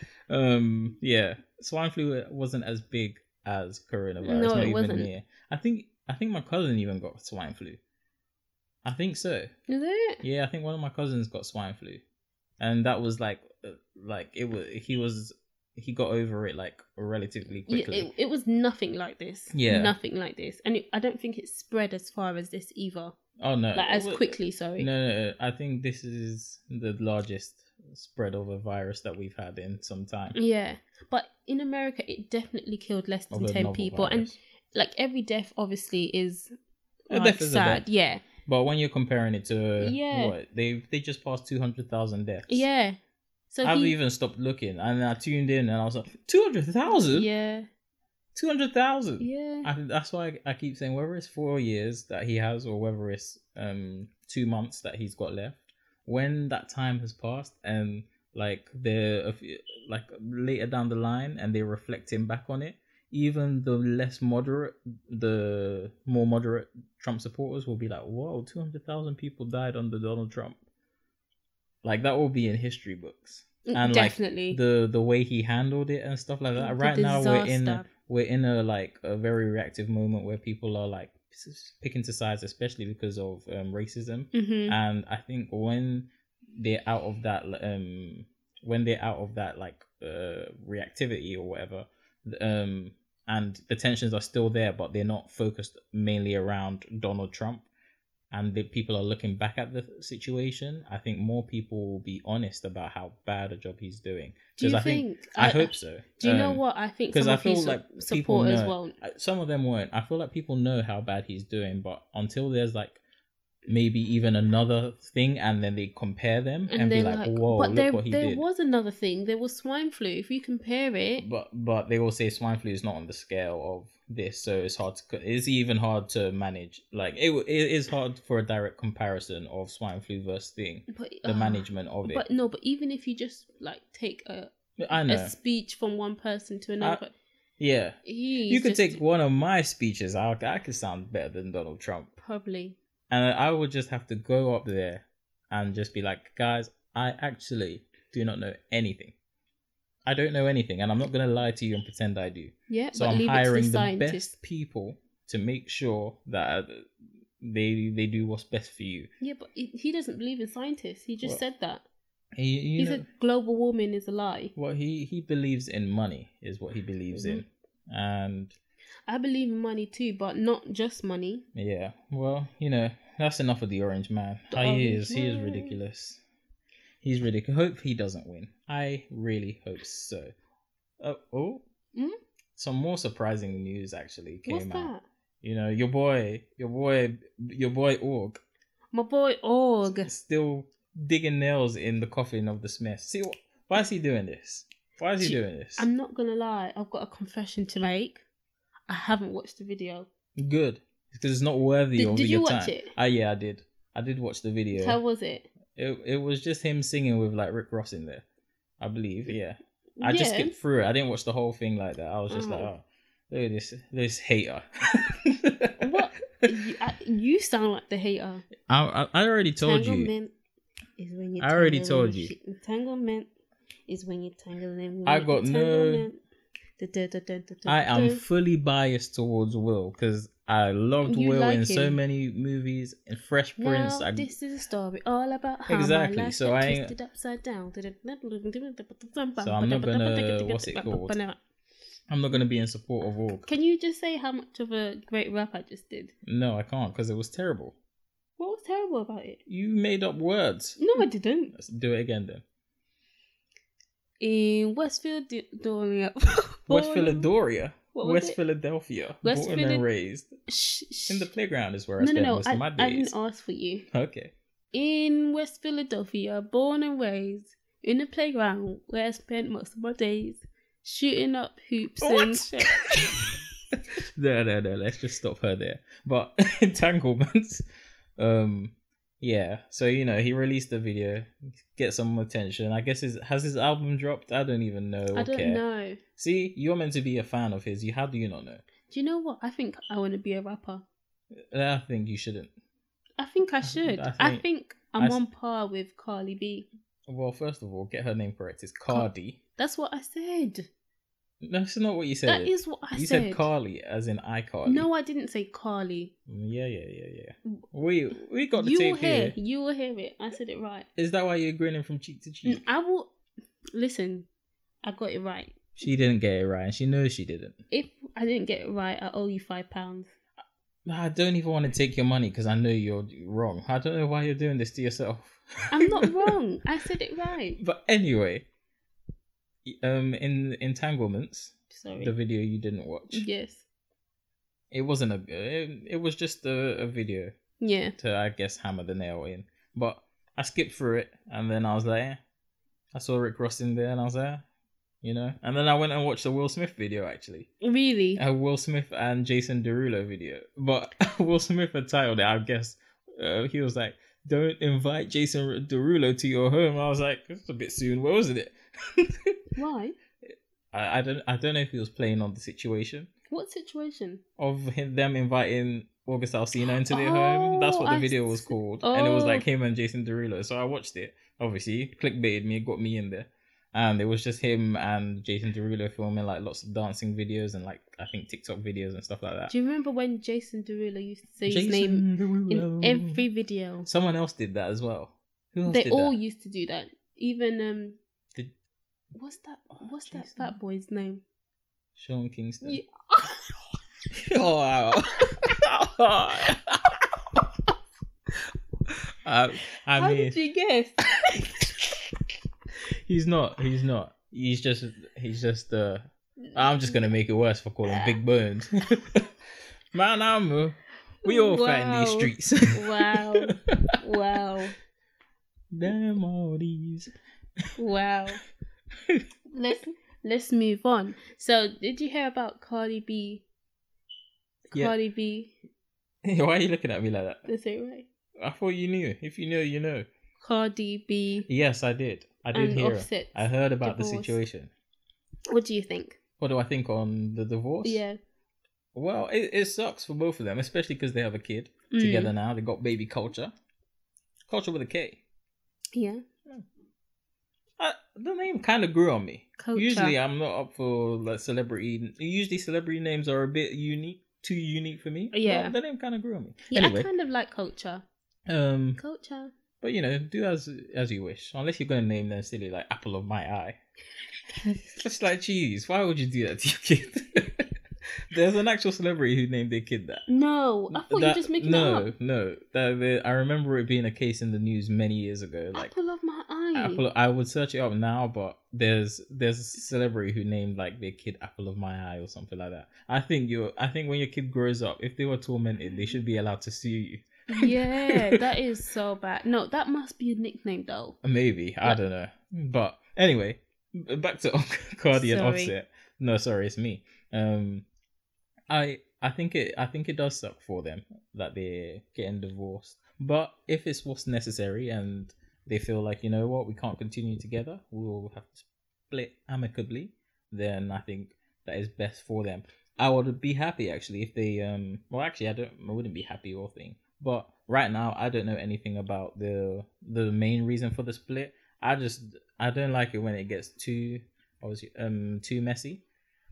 Speaker 2: um, yeah. Swine flu uh, wasn't as big as coronavirus.
Speaker 1: No,
Speaker 2: not
Speaker 1: it
Speaker 2: even
Speaker 1: wasn't.
Speaker 2: Near. I think I think my cousin even got swine flu. I think so.
Speaker 1: Is it?
Speaker 2: Yeah, I think one of my cousins got swine flu, and that was like, uh, like it was. He was he got over it like relatively
Speaker 1: Yeah,
Speaker 2: quickly.
Speaker 1: it, it was nothing like this.
Speaker 2: Yeah.
Speaker 1: Nothing like this. And it, I don't think it spread as far as this either.
Speaker 2: oh no!
Speaker 1: Like, as
Speaker 2: Well,
Speaker 1: quickly, sorry.
Speaker 2: No, no, no, I think this is the largest spread of a virus that we've had in some time.
Speaker 1: Yeah. But in America, it definitely killed less
Speaker 2: Of
Speaker 1: than
Speaker 2: a
Speaker 1: 10
Speaker 2: novel
Speaker 1: people. And,
Speaker 2: virus.
Speaker 1: like, every death obviously is
Speaker 2: A
Speaker 1: like,
Speaker 2: death is a
Speaker 1: sad.
Speaker 2: death.
Speaker 1: Yeah.
Speaker 2: but when you're comparing it to
Speaker 1: Yeah.
Speaker 2: what they they just passed two hundred thousand deaths.
Speaker 1: Yeah. So
Speaker 2: I've
Speaker 1: he,
Speaker 2: even stopped looking, and I tuned in, and I was like, two hundred thousand,
Speaker 1: Yeah,
Speaker 2: two hundred thousand.
Speaker 1: yeah.
Speaker 2: I, that's why I, I keep saying whether it's four years that he has, or whether it's um two months that he's got left. When that time has passed, and like they're a few- like later down the line, and they reflect him back on it, even the less moderate, the more moderate Trump supporters will be like, "Whoa, two hundred thousand people died under Donald Trump." Like that will be in history books, and
Speaker 1: Definitely.
Speaker 2: like the the way he handled it and stuff like that.
Speaker 1: The
Speaker 2: right now, we're in a,
Speaker 1: disaster.
Speaker 2: we're in a like a very reactive moment where people are like s- picking to sides, especially because of um, racism
Speaker 1: Mhm.
Speaker 2: and I think when they're out of that um when they're out of that like uh reactivity or whatever th- um and the tensions are still there but they're not focused mainly around Donald Trump and the people are looking back at the situation I think more people will be honest about how bad a job he's doing
Speaker 1: do you
Speaker 2: I
Speaker 1: think?
Speaker 2: I, hope so
Speaker 1: Do you know
Speaker 2: Um,
Speaker 1: what I think?
Speaker 2: 'cause
Speaker 1: Some
Speaker 2: I
Speaker 1: of his
Speaker 2: feel
Speaker 1: su-
Speaker 2: like people
Speaker 1: supporters
Speaker 2: know.
Speaker 1: won't.
Speaker 2: I- some of them weren't. I feel like people know how bad he's doing, but until there's like maybe even another thing, and then they compare them and,
Speaker 1: And,
Speaker 2: be
Speaker 1: they're
Speaker 2: like,
Speaker 1: like,
Speaker 2: "Whoa,
Speaker 1: but
Speaker 2: look
Speaker 1: there,
Speaker 2: what he
Speaker 1: there
Speaker 2: did." Mm.
Speaker 1: was another thing. There was swine flu. If you compare it,
Speaker 2: But but they all say swine flu is not on the scale of this, so it's hard to. co- It's even hard to manage. Like it, w- it is hard for a direct comparison of swine flu versus thing
Speaker 1: but
Speaker 2: the
Speaker 1: ah,
Speaker 2: management of it.
Speaker 1: But no, but even if you just like take a,
Speaker 2: I know.
Speaker 1: a speech from one person to another,
Speaker 2: yeah,
Speaker 1: he's
Speaker 2: you could
Speaker 1: just-
Speaker 2: take one of my speeches. I I could sound better than Donald Trump.
Speaker 1: probably.
Speaker 2: And I would just have to go up there and just be like, guys, I actually do not know anything. I don't know anything, and I'm not going to lie to you and pretend I do.
Speaker 1: Yeah,
Speaker 2: So
Speaker 1: but
Speaker 2: I'm
Speaker 1: leave it
Speaker 2: hiring
Speaker 1: to
Speaker 2: the,
Speaker 1: the scientists.
Speaker 2: best people to make sure that they they do what's best for you.
Speaker 1: Yeah, but he he doesn't believe in scientists. He just
Speaker 2: Well,
Speaker 1: said that.
Speaker 2: He, you
Speaker 1: he
Speaker 2: know,
Speaker 1: said global warming is a lie.
Speaker 2: well, he he believes in money is what he believes
Speaker 1: Mm-hmm.
Speaker 2: in, and
Speaker 1: I believe in money too, but not just money.
Speaker 2: yeah, well, you know, that's enough of the orange man.
Speaker 1: The
Speaker 2: Ah, he
Speaker 1: orange
Speaker 2: is he is
Speaker 1: man.
Speaker 2: ridiculous. He's ridiculous. Hope he doesn't win. I really hope so. Uh, oh,
Speaker 1: Hmm?
Speaker 2: some more surprising news actually came
Speaker 1: What's
Speaker 2: out.
Speaker 1: that?
Speaker 2: You know, your boy, your boy, your boy Org
Speaker 1: My boy Org.
Speaker 2: still digging nails in the coffin of the Smiths. See, wh- why is he doing this? Why is he
Speaker 1: Do-
Speaker 2: doing this?
Speaker 1: I'm not gonna lie. I've got a confession to make. I haven't watched the video.
Speaker 2: Good because it's not worthy
Speaker 1: Did-
Speaker 2: of
Speaker 1: did
Speaker 2: your
Speaker 1: you
Speaker 2: time.
Speaker 1: watch it?
Speaker 2: Ah, yeah, I did. I did watch the video.
Speaker 1: How was it?
Speaker 2: It it was just him singing with like Rick Ross in there, I believe. Yeah, I just
Speaker 1: Yeah.
Speaker 2: skipped through it. I didn't watch the whole thing like that. I was just like, oh,
Speaker 1: Oh.
Speaker 2: look at this this hater.
Speaker 1: What? you, I, you sound like the hater.
Speaker 2: I, I I already told you.
Speaker 1: Entanglement is when you.
Speaker 2: I already told you.
Speaker 1: Entanglement is when you're tangling. With
Speaker 2: I got no-
Speaker 1: entanglement. Da, da, da, da, da, da,
Speaker 2: I am
Speaker 1: da.
Speaker 2: fully biased towards Will because I loved
Speaker 1: You
Speaker 2: Will
Speaker 1: like
Speaker 2: in so
Speaker 1: him.
Speaker 2: many movies and Fresh Prince.
Speaker 1: Now,
Speaker 2: I,
Speaker 1: this is a story all about how
Speaker 2: Exactly,
Speaker 1: my life
Speaker 2: so
Speaker 1: got
Speaker 2: I-
Speaker 1: twisted upside down. So
Speaker 2: So I'm not gonna- what's it called? I'm not gonna be in support of Org.
Speaker 1: Can you just say how much of a great rap I just did?
Speaker 2: No, I can't because it was terrible.
Speaker 1: What was terrible about it?
Speaker 2: You made up words.
Speaker 1: No, I didn't.
Speaker 2: Let's do it again then.
Speaker 1: In Westfield, D- Doria.
Speaker 2: West Philadelphia.
Speaker 1: What was
Speaker 2: West
Speaker 1: it?
Speaker 2: Philadelphia.
Speaker 1: West
Speaker 2: born
Speaker 1: Phila-
Speaker 2: and raised.
Speaker 1: Shh, shh.
Speaker 2: In the playground is where I
Speaker 1: no, no,
Speaker 2: spent
Speaker 1: no.
Speaker 2: most
Speaker 1: I,
Speaker 2: of my
Speaker 1: I
Speaker 2: days.
Speaker 1: didn't ask for you.
Speaker 2: Okay.
Speaker 1: In West Philadelphia, born and raised in the playground where I spent most of my days shooting up hoops and
Speaker 2: What?
Speaker 1: shit.
Speaker 2: no, no, no. Let's just stop her there. But entanglements. Um, yeah. So you know, he released the video, get some attention. I guess his has his album dropped. I don't even know.
Speaker 1: I don't
Speaker 2: care.
Speaker 1: know.
Speaker 2: See, you're meant to be a fan of his. You how do you not know?
Speaker 1: Do you know what? I think I want to be a rapper.
Speaker 2: I think you shouldn't.
Speaker 1: I think I should.
Speaker 2: I
Speaker 1: I
Speaker 2: think-
Speaker 1: think, I
Speaker 2: I
Speaker 1: am
Speaker 2: s-
Speaker 1: on par with Carly B.
Speaker 2: Well, first of all, get her name correct. It's Cardi.
Speaker 1: That's what I said.
Speaker 2: No, it's not what you said.
Speaker 1: That is what I
Speaker 2: you
Speaker 1: said.
Speaker 2: said. Carly as in iCarly.
Speaker 1: No, I didn't say Carly.
Speaker 2: Mm, Yeah, yeah, yeah, yeah. We we got the
Speaker 1: Mm. you will
Speaker 2: tape
Speaker 1: hear.
Speaker 2: here.
Speaker 1: You will hear it. I said it right.
Speaker 2: Is that why you're grinning from cheek to cheek?
Speaker 1: And I will listen. I got it right.
Speaker 2: She didn't get it right, and she knows she didn't.
Speaker 1: If I didn't get it right, I owe you five pounds.
Speaker 2: I don't even want to take your money because I know you're wrong. I don't know why you're doing this to yourself.
Speaker 1: I'm not wrong. I said it right.
Speaker 2: but anyway, um, in entanglements,
Speaker 1: Sorry.
Speaker 2: the video you didn't watch,
Speaker 1: Yes.
Speaker 2: it wasn't a. It, it was just a, a video
Speaker 1: Yeah.
Speaker 2: to I guess hammer the nail in. But I skipped through it, and then I was like, eh. I saw Rick Ross in there, and I was like, eh, you know. And then I went and watched the Will Smith video actually.
Speaker 1: Really.
Speaker 2: a Will Smith and Jason Derulo video, but Will Smith had titled it. I guess uh, he was like, "Don't invite Jason Derulo to your home." I was like, "It's a bit soon, Will, isn't it?"
Speaker 1: Why?
Speaker 2: I, I don't I don't know if he was playing on the situation
Speaker 1: What situation?
Speaker 2: of him, them inviting August Alsina into their
Speaker 1: Oh,
Speaker 2: home. That's what the
Speaker 1: I
Speaker 2: video was
Speaker 1: s-
Speaker 2: called, and it was
Speaker 1: oh.
Speaker 2: like him and Jason Derulo. So I watched it. Obviously, clickbaited me, got me in there, and it was just him and Jason Derulo filming like lots of dancing videos and like I think TikTok videos and stuff like that.
Speaker 1: Do you remember when Jason Derulo used to say his name in
Speaker 2: Derulo.
Speaker 1: every video?
Speaker 2: Someone else did that as well. Who else
Speaker 1: They
Speaker 2: did
Speaker 1: all
Speaker 2: that?
Speaker 1: used to do that. Even um,
Speaker 2: Did-
Speaker 1: what's that?
Speaker 2: Oh,
Speaker 1: What's that
Speaker 2: Jason.
Speaker 1: fat boy's name?
Speaker 2: Sean Kingston.
Speaker 1: Ye-
Speaker 2: oh, wow. Um, I
Speaker 1: How
Speaker 2: mean,
Speaker 1: did you guess?
Speaker 2: he's not. He's not. He's just. He's just. Uh, I'm just gonna make it worse for calling big bones. Man, I'm. uh, We all fat in these
Speaker 1: Wow.
Speaker 2: streets.
Speaker 1: Wow! wow!
Speaker 2: Damn all these.
Speaker 1: Wow! let's let's move on. So, did you hear about Cardi B?
Speaker 2: Yeah.
Speaker 1: Cardi B,
Speaker 2: Why are you looking at me like that?
Speaker 1: is it right?
Speaker 2: I thought you knew. If you know, you know.
Speaker 1: Cardi B
Speaker 2: Yes, I did. I did
Speaker 1: and
Speaker 2: hear. it.
Speaker 1: Offset.
Speaker 2: I heard about the
Speaker 1: divorce.
Speaker 2: situation.
Speaker 1: What do you think?
Speaker 2: What do I think on the divorce?
Speaker 1: Yeah.
Speaker 2: Well, it, it sucks for both of them, especially because they have a kid
Speaker 1: Mm.
Speaker 2: together now. They got baby culture, culture with a K.
Speaker 1: Yeah.
Speaker 2: Uh, the name kind of grew on me.
Speaker 1: Culture.
Speaker 2: Usually, I'm not up for like celebrity. Usually, celebrity names are a bit unique, too unique for me. but
Speaker 1: Yeah.
Speaker 2: the name kind of grew on me.
Speaker 1: Yeah, I
Speaker 2: anyway,
Speaker 1: kind of like culture.
Speaker 2: um,
Speaker 1: Culture.
Speaker 2: but you know, do as as you wish, unless you're gonna name them silly like apple of my eye. Just like, geez, why would you do that to your kid? There's an actual celebrity who named their kid that.
Speaker 1: No, I thought you were
Speaker 2: That-
Speaker 1: just making
Speaker 2: no,
Speaker 1: it up.
Speaker 2: No, That- the- I remember it being a case in the news many years ago. Like
Speaker 1: Apple of my eye.
Speaker 2: Apple, I would search it up now, but there's there's a celebrity who named like their kid Apple of My Eye or something like that. I think you, I think when your kid grows up, if they were tormented, they should be allowed to sue you.
Speaker 1: yeah, that is so bad. No, that must be a nickname though.
Speaker 2: Maybe I
Speaker 1: Yeah.
Speaker 2: don't know, but anyway, b- back to Cardi and
Speaker 1: Sorry.
Speaker 2: Offset. No, sorry, it's me. Um, I I think it I think it does suck for them that they're getting divorced, but if it's what's necessary and they feel like you know what we can't continue together, we'll have to split amicably. Then I think that is best for them. I would be happy actually if they um well actually I don't I wouldn't be happy or thing. But right now I don't know anything about the the main reason for the split. I just I don't like it when it gets too obviously um too messy.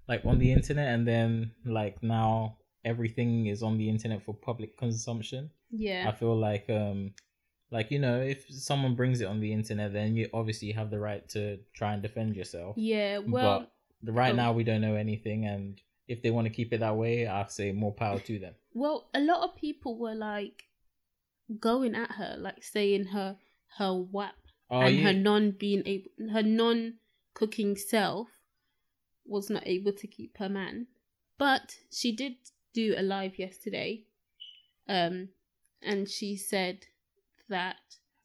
Speaker 2: Like on the internet and then like now everything is on the internet for public consumption. I
Speaker 1: Yeah.
Speaker 2: feel like um like you know if someone brings it on the internet then you obviously have the right to try and defend yourself.
Speaker 1: Yeah, well,
Speaker 2: But right
Speaker 1: oh.
Speaker 2: now we don't know anything and if they want to keep it that way, I say more power to them.
Speaker 1: well, a lot of people were like going at her, like saying her her whap
Speaker 2: Oh,
Speaker 1: and
Speaker 2: yeah.
Speaker 1: her non being able, her non cooking self was not able to keep her man. But she did do a live yesterday, um, and she said that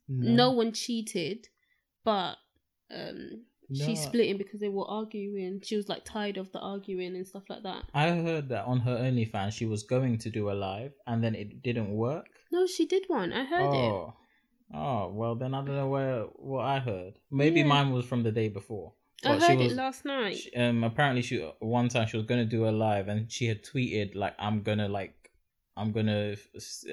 Speaker 1: no one cheated, but um,
Speaker 2: No.
Speaker 1: she's splitting because they were arguing. She was like tired of the arguing and stuff like that.
Speaker 2: I heard that on her OnlyFans she was going to do a live and then it didn't work.
Speaker 1: No, she did one. I heard it.
Speaker 2: oh. Oh, well then I don't know where what I heard. Maybe
Speaker 1: Yeah.
Speaker 2: mine was from the day before.
Speaker 1: I
Speaker 2: But she
Speaker 1: heard
Speaker 2: was-
Speaker 1: it last night.
Speaker 2: she- um apparently she one time she was going to do a live and she had tweeted like I'm going to like I'm going to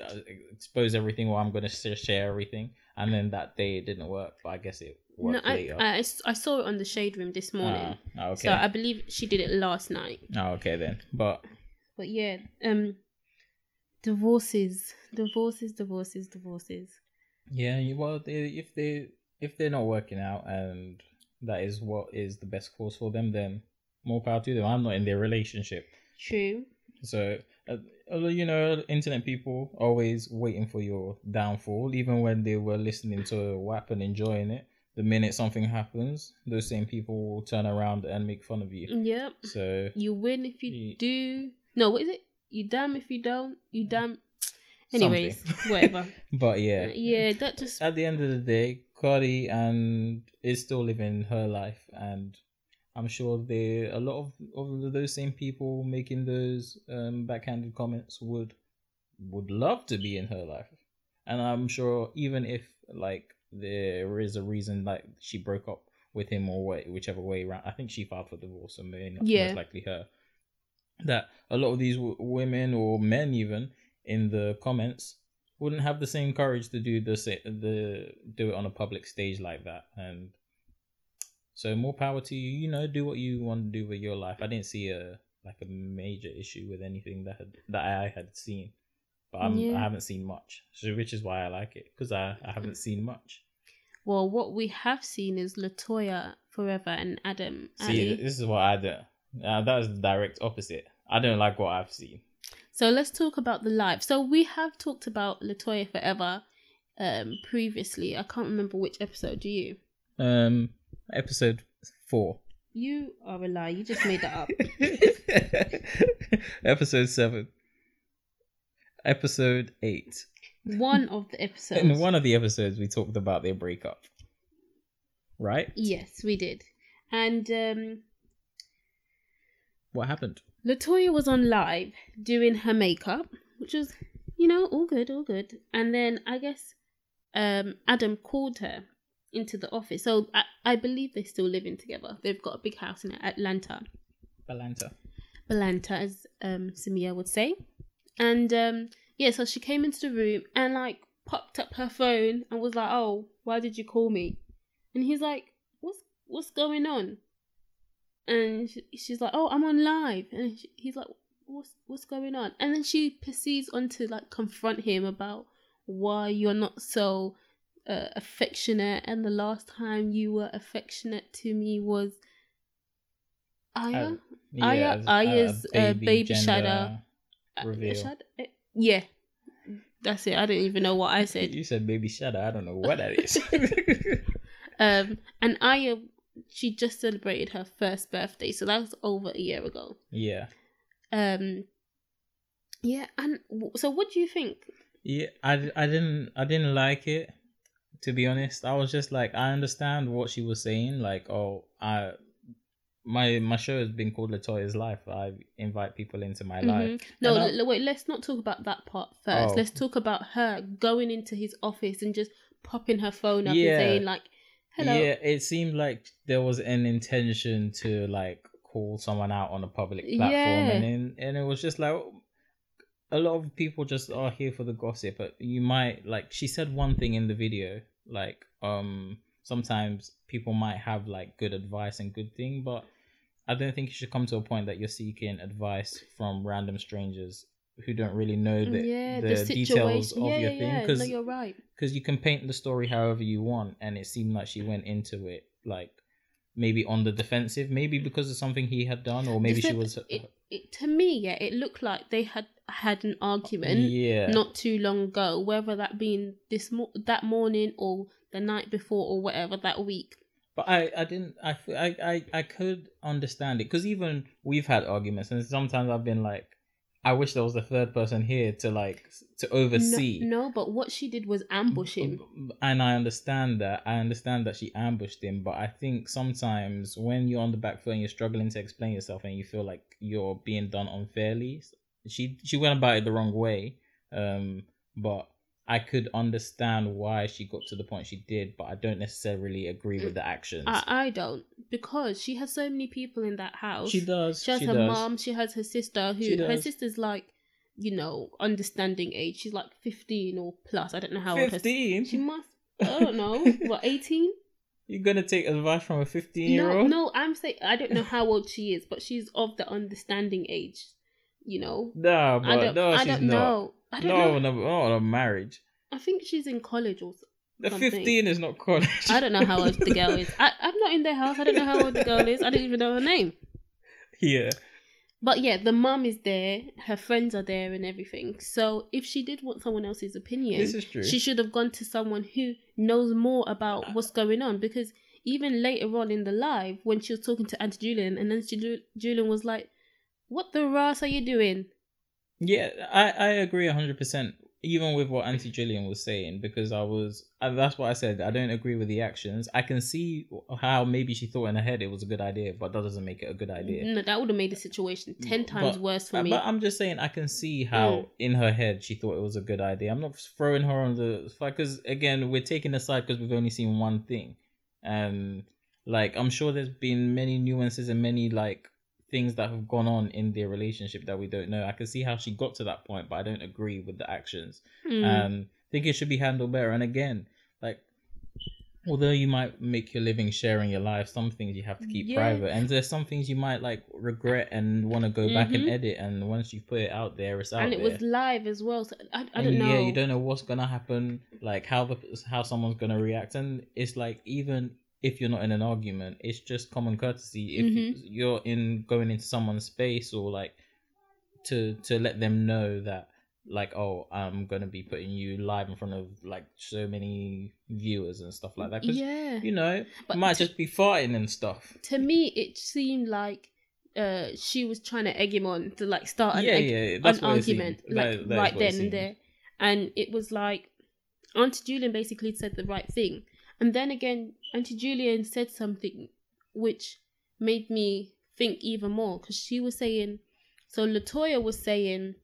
Speaker 2: uh, expose everything or I'm going to share everything and then that day it didn't work, but I guess it
Speaker 1: no,
Speaker 2: worked
Speaker 1: I,
Speaker 2: later.
Speaker 1: I, I saw it on the shade room this morning.
Speaker 2: Ah, okay.
Speaker 1: So I believe she did it last night.
Speaker 2: Oh, okay then. But
Speaker 1: But yeah, um, divorces, divorces, divorces, divorces.
Speaker 2: yeah, you, well, they, if they if they're not working out and that is what is the best course for them, then more power to them. I'm not in their relationship,
Speaker 1: True.
Speaker 2: so uh, although, you know, internet people always waiting for your downfall. Even when they were listening to WAP and enjoying it, the minute something happens, those same people will turn around and make fun of you.
Speaker 1: Yep.
Speaker 2: So
Speaker 1: You win if you
Speaker 2: Ye-
Speaker 1: do. No, what is it? You damn if you don't. You damn. Anyways,
Speaker 2: Something.
Speaker 1: whatever. Uh,
Speaker 2: but yeah,
Speaker 1: yeah, that just
Speaker 2: at the end of the day, Cardi and is still living her life, and I'm sure they a lot of, of those same people making those um, backhanded comments would would love to be in her life, and I'm sure even if like there is a reason like she broke up with him or wh- whichever way around. I think she filed for divorce, and may not
Speaker 1: Yeah.
Speaker 2: most likely her. That a lot of these w- women or men even in the comments wouldn't have the same courage to do the sa- the do it on a public stage like that, and so more power to you. You know, do what you want to do with your life. I didn't see a like a major issue with anything that had, that I had seen, but I'm,
Speaker 1: Yeah.
Speaker 2: I haven't seen much, so which is why I like it because I, I haven't seen much.
Speaker 1: Well, what we have seen is Latoya Forever and Adam
Speaker 2: See,
Speaker 1: Ali.
Speaker 2: this is what I do. Uh, that is the direct opposite. I don't like what I've seen.
Speaker 1: So let's talk about the live. So we have talked about Latoya Forever um previously. I can't remember which episode. Do you?
Speaker 2: Um, episode four.
Speaker 1: You are a liar. You just made that up.
Speaker 2: episode seven. Episode eight.
Speaker 1: One of the episodes.
Speaker 2: In one of the episodes, we talked about their breakup. Right?
Speaker 1: Yes, we did. And um
Speaker 2: What happened?
Speaker 1: Latoya was on live doing her makeup, which was, you know, all good, all good. And then I guess um, Adam called her into the office. So I, I believe they're still living together. They've got a big house in Atlanta,
Speaker 2: Balanta.
Speaker 1: Atlanta, as um, Samia would say. And um, yeah, so she came into the room and like popped up her phone and was like, "Oh, why did you call me?" And he's like, "What's what's going on?" And sh- she's like, "Oh, I'm on live." And sh he's like, "What's what's going on?" And then she proceeds on to like confront him about why you're not so uh, affectionate, and the last time you were affectionate to me was uh, Aya.
Speaker 2: Oh,
Speaker 1: Aya-
Speaker 2: as-
Speaker 1: Aya's, uh, baby
Speaker 2: gender
Speaker 1: shadow. Uh,
Speaker 2: reveal.
Speaker 1: Shad- uh, yeah, that's it. I don't even know what I said.
Speaker 2: You said baby shadow. I don't know what that is.
Speaker 1: Um, and Aya, she just celebrated her first birthday, so that was over a year ago.
Speaker 2: yeah.
Speaker 1: Um, yeah, and w- so what do you think?
Speaker 2: Yeah, I, I didn't I didn't like it to be honest. I was just like I understand what she was saying like oh I my my show has been called Latoya's Life. I invite people into my life.
Speaker 1: Mhm. No,
Speaker 2: And I-
Speaker 1: l- wait. Let's not talk about that part first.
Speaker 2: Oh.
Speaker 1: Let's talk about her going into his office and just popping her phone up
Speaker 2: Yeah.
Speaker 1: and saying like, "Hello."
Speaker 2: Yeah, it seemed like there was an intention to like call someone out on a public platform,
Speaker 1: Yeah.
Speaker 2: and then, and it was just like a lot of people just are here for the gossip. But you might like she said one thing in the video, like um sometimes people might have like good advice and good thing, but I don't think you should come to a point that you're seeking advice from random strangers who don't really know the,
Speaker 1: Mm, yeah,
Speaker 2: the,
Speaker 1: the, situation.
Speaker 2: details of
Speaker 1: yeah,
Speaker 2: your
Speaker 1: yeah,
Speaker 2: thing
Speaker 1: yeah.
Speaker 2: because
Speaker 1: no, you're right.
Speaker 2: because you can paint the story however you want and it seemed like she went into it like maybe on the defensive maybe because of something he had done or maybe she
Speaker 1: Except
Speaker 2: was uh,
Speaker 1: it, it, to me, yeah, it looked like they had had an argument
Speaker 2: yeah
Speaker 1: not too long ago, whether that being this mo- that morning or the night before or whatever that week.
Speaker 2: but i i didn't i f- I- I- I could understand it because even we've had arguments and sometimes i've been like i wish there was a third person here to like s- to oversee
Speaker 1: No, no, but what she did was ambush
Speaker 2: Mm-hmm.
Speaker 1: him.
Speaker 2: And I understand that. I understand that she ambushed him, but I think sometimes when you're on the back foot and you're struggling to explain yourself and you feel like you're being done unfairly, she she went about it the wrong way. Um, but I could understand why she got to the point she did, but I don't necessarily agree with the actions.
Speaker 1: I, I don't because she has so many people in that house.
Speaker 2: she does.
Speaker 1: uh, She has
Speaker 2: she
Speaker 1: her
Speaker 2: does.
Speaker 1: mom. She has her sister.
Speaker 2: She
Speaker 1: Who her
Speaker 2: does.
Speaker 1: sister's like, you know, understanding age. She's like fifteen or plus. I don't know how old her.
Speaker 2: Fifteen.
Speaker 1: She must. I don't know. what eighteen?
Speaker 2: You're gonna take advice from a
Speaker 1: No,
Speaker 2: fifteen-year-old?
Speaker 1: no. I'm saying I don't know how old she is, but she's of the understanding age. You know.
Speaker 2: Nah,
Speaker 1: I
Speaker 2: but
Speaker 1: don't.
Speaker 2: no,
Speaker 1: I
Speaker 2: she's
Speaker 1: don't
Speaker 2: not.
Speaker 1: know. I don't
Speaker 2: no,
Speaker 1: know.
Speaker 2: no, not on a marriage.
Speaker 1: I think she's in college or. s-
Speaker 2: The
Speaker 1: something.
Speaker 2: 15 is not college.
Speaker 1: I don't know how old the girl is. I, I'm not in their house. I don't know how old the girl is. I don't even know her name.
Speaker 2: Yeah.
Speaker 1: But yeah, the mum is there. Her friends are there and everything. So if she did want someone else's opinion,
Speaker 2: This is true. Ah.
Speaker 1: she should have gone to someone who knows more about what's going on because even later on in the live when she was talking to Auntie Julian and then she Ju- Julian was like what the ras are you doing
Speaker 2: yeah, I, I agree 100%, even with what Auntie Gillian was saying, because I was, and that's what I said. I don't agree with the actions. I can see how maybe she thought in her head it was a good idea, but that doesn't make it a good idea.
Speaker 1: no that would have made the situation 10 times
Speaker 2: But-
Speaker 1: worse for
Speaker 2: Uh,
Speaker 1: me
Speaker 2: But I'm just saying, I can see how
Speaker 1: Mm.
Speaker 2: in her head she thought it was a good idea. I'm not throwing her on the because again, we're taking a side because we've only seen one thing, and Like I'm sure there's been many nuances and many like things that have gone on in their relationship that we don't know. I can see how she got to that point, but I don't agree with the actions.
Speaker 1: Mm.
Speaker 2: Um, think it should be handled better. And again, like although you might make your living sharing your life, some things you have to keep
Speaker 1: Yeah.
Speaker 2: private, and there's some things you might like regret and want to go back and
Speaker 1: Mhm.
Speaker 2: edit. And once you put it out there, it's out
Speaker 1: and
Speaker 2: there.
Speaker 1: it was live as well. So I, I don't
Speaker 2: And,
Speaker 1: know.
Speaker 2: Oh, Mm, Yeah, you don't know what's gonna happen, like how the how someone's gonna react, and it's like even if you're not in an argument, it's just common courtesy if you-
Speaker 1: Mm-hmm.
Speaker 2: you're in going into someone's space or like to to let them know that like oh I'm gonna be putting you live in front of like so many viewers and stuff like that because
Speaker 1: yeah.
Speaker 2: you know
Speaker 1: But
Speaker 2: might
Speaker 1: to,
Speaker 2: just be farting and stuff.
Speaker 1: to me, it seemed like uh, she was trying to egg him on to like start an,
Speaker 2: yeah,
Speaker 1: egg,
Speaker 2: yeah, that's
Speaker 1: an
Speaker 2: what it seemed.
Speaker 1: argument, like
Speaker 2: That- that is
Speaker 1: right
Speaker 2: what it
Speaker 1: then and
Speaker 2: seemed.
Speaker 1: there. And it was like Auntie Julian basically said the right thing, and then again, Auntie Julian said something which made me think even more because she was saying, so Latoya was saying,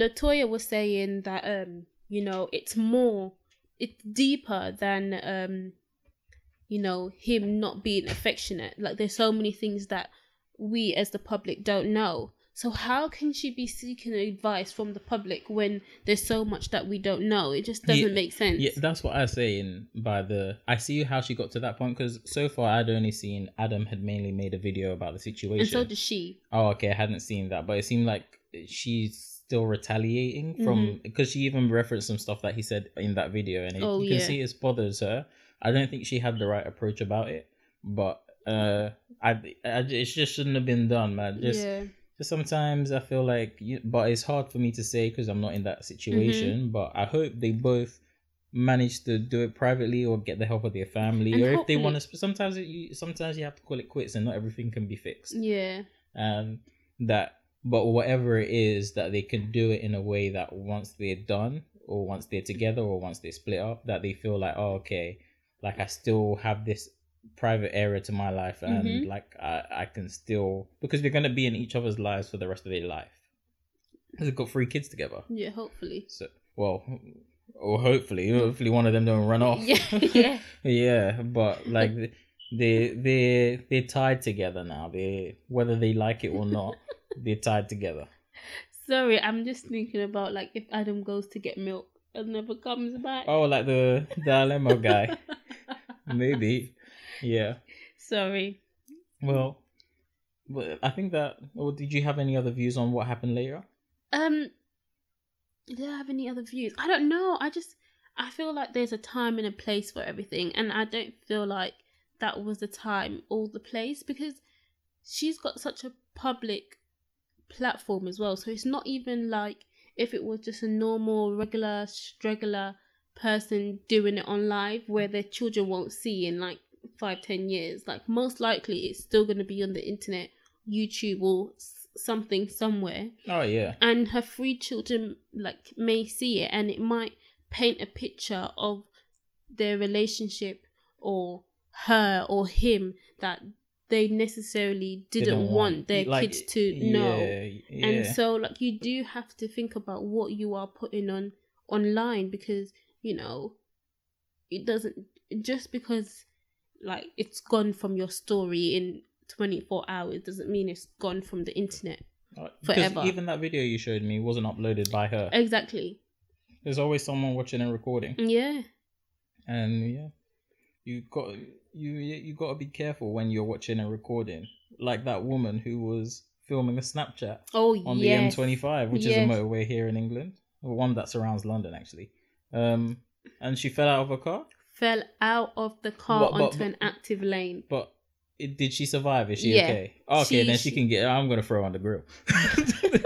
Speaker 1: Latoya was saying that um, you know, it's more, it's deeper than um, you know, him not being affectionate. Like there's so many things that we as the public don't know. So how can she be seeking advice from the public when there's so much that we don't know? It just doesn't
Speaker 2: Yeah,
Speaker 1: make sense.
Speaker 2: Yeah, that's what I was saying by the. I see how she got to that point because so far I'd only seen Adam had mainly made a video about the situation.
Speaker 1: and so does she.
Speaker 2: oh, okay, I hadn't seen that, but it seemed like she's still retaliating from because she even referenced some stuff that he said in that video, and it,
Speaker 1: Mm-hmm. Oh,
Speaker 2: you can
Speaker 1: yeah.
Speaker 2: see it bothers her. I don't think she had the right approach about it, but uh, I, I it just shouldn't have been done, man. Just
Speaker 1: yeah.
Speaker 2: just sometimes I feel like, you, but it's hard for me to say because I'm not in that
Speaker 1: Mm-hmm.
Speaker 2: situation. But I hope they both manage to do it privately or get the help of their family,
Speaker 1: And
Speaker 2: or if they
Speaker 1: hopefully-
Speaker 2: want to. Sometimes it, you sometimes you have to call it quits, and not everything can be fixed.
Speaker 1: Yeah.
Speaker 2: Um, that but whatever it is that they can do it in a way that once they're done, or once they're together, or once they split up, that they feel like, oh, okay, like I still have this private area to my life and
Speaker 1: Mhm.
Speaker 2: like I, I can still because they're gonna be in each other's lives for the rest of their life. 'Cause They've got three kids together.
Speaker 1: Yeah, hopefully.
Speaker 2: So well or hopefully hopefully one of them don't run off.
Speaker 1: Yeah, yeah.
Speaker 2: yeah, but like th- they they they're tied together now. They whether they like it or not, they're tied together.
Speaker 1: Sorry, I'm just thinking about like if Adam goes to get milk and never comes back.
Speaker 2: Oh like the dilemma guy. Maybe. Yeah.
Speaker 1: Sorry.
Speaker 2: Well, well, I think that. Or did you have any other views on what happened later?
Speaker 1: Um do I have any other views? I don't know. I just I feel like there's a time and a place for everything and I don't feel like that was the time or the place because she's got such a public platform as well. So it's not even like if it was just a normal, regular, straggler person doing it on live where their children won't see in like five, ten years. Like most likely it's still gonna be on the internet, YouTube or s- something somewhere
Speaker 2: Oh yeah,
Speaker 1: and her three children like may see it and it might paint a picture of their relationship or her or him that they necessarily
Speaker 2: They
Speaker 1: didn't
Speaker 2: don't
Speaker 1: want, their
Speaker 2: like,
Speaker 1: kids to know
Speaker 2: Yeah, yeah.
Speaker 1: and so like you do have to think about what you are putting on online because you know it doesn't just because like it's gone from your story in 24 hours doesn't mean it's gone from the internet
Speaker 2: Uh,
Speaker 1: forever.
Speaker 2: Because even that video you showed me wasn't uploaded by her.
Speaker 1: exactly
Speaker 2: There's always someone watching and recording,
Speaker 1: yeah
Speaker 2: and yeah, you got you you got to be careful when you're watching and recording. Like that woman who was filming a Snapchat
Speaker 1: Oh
Speaker 2: on
Speaker 1: yes.
Speaker 2: the M25, which is a
Speaker 1: Yes.
Speaker 2: motorway here in England, or one that surrounds London actually. Um, and she fell out of her car.
Speaker 1: Fell out of the car
Speaker 2: But- but-
Speaker 1: onto an active lane.
Speaker 2: But it, did she survive? Is she
Speaker 1: Yeah.
Speaker 2: okay? Okay,
Speaker 1: She-
Speaker 2: then she,
Speaker 1: she-
Speaker 2: can get. I'm gonna throw her on the grill.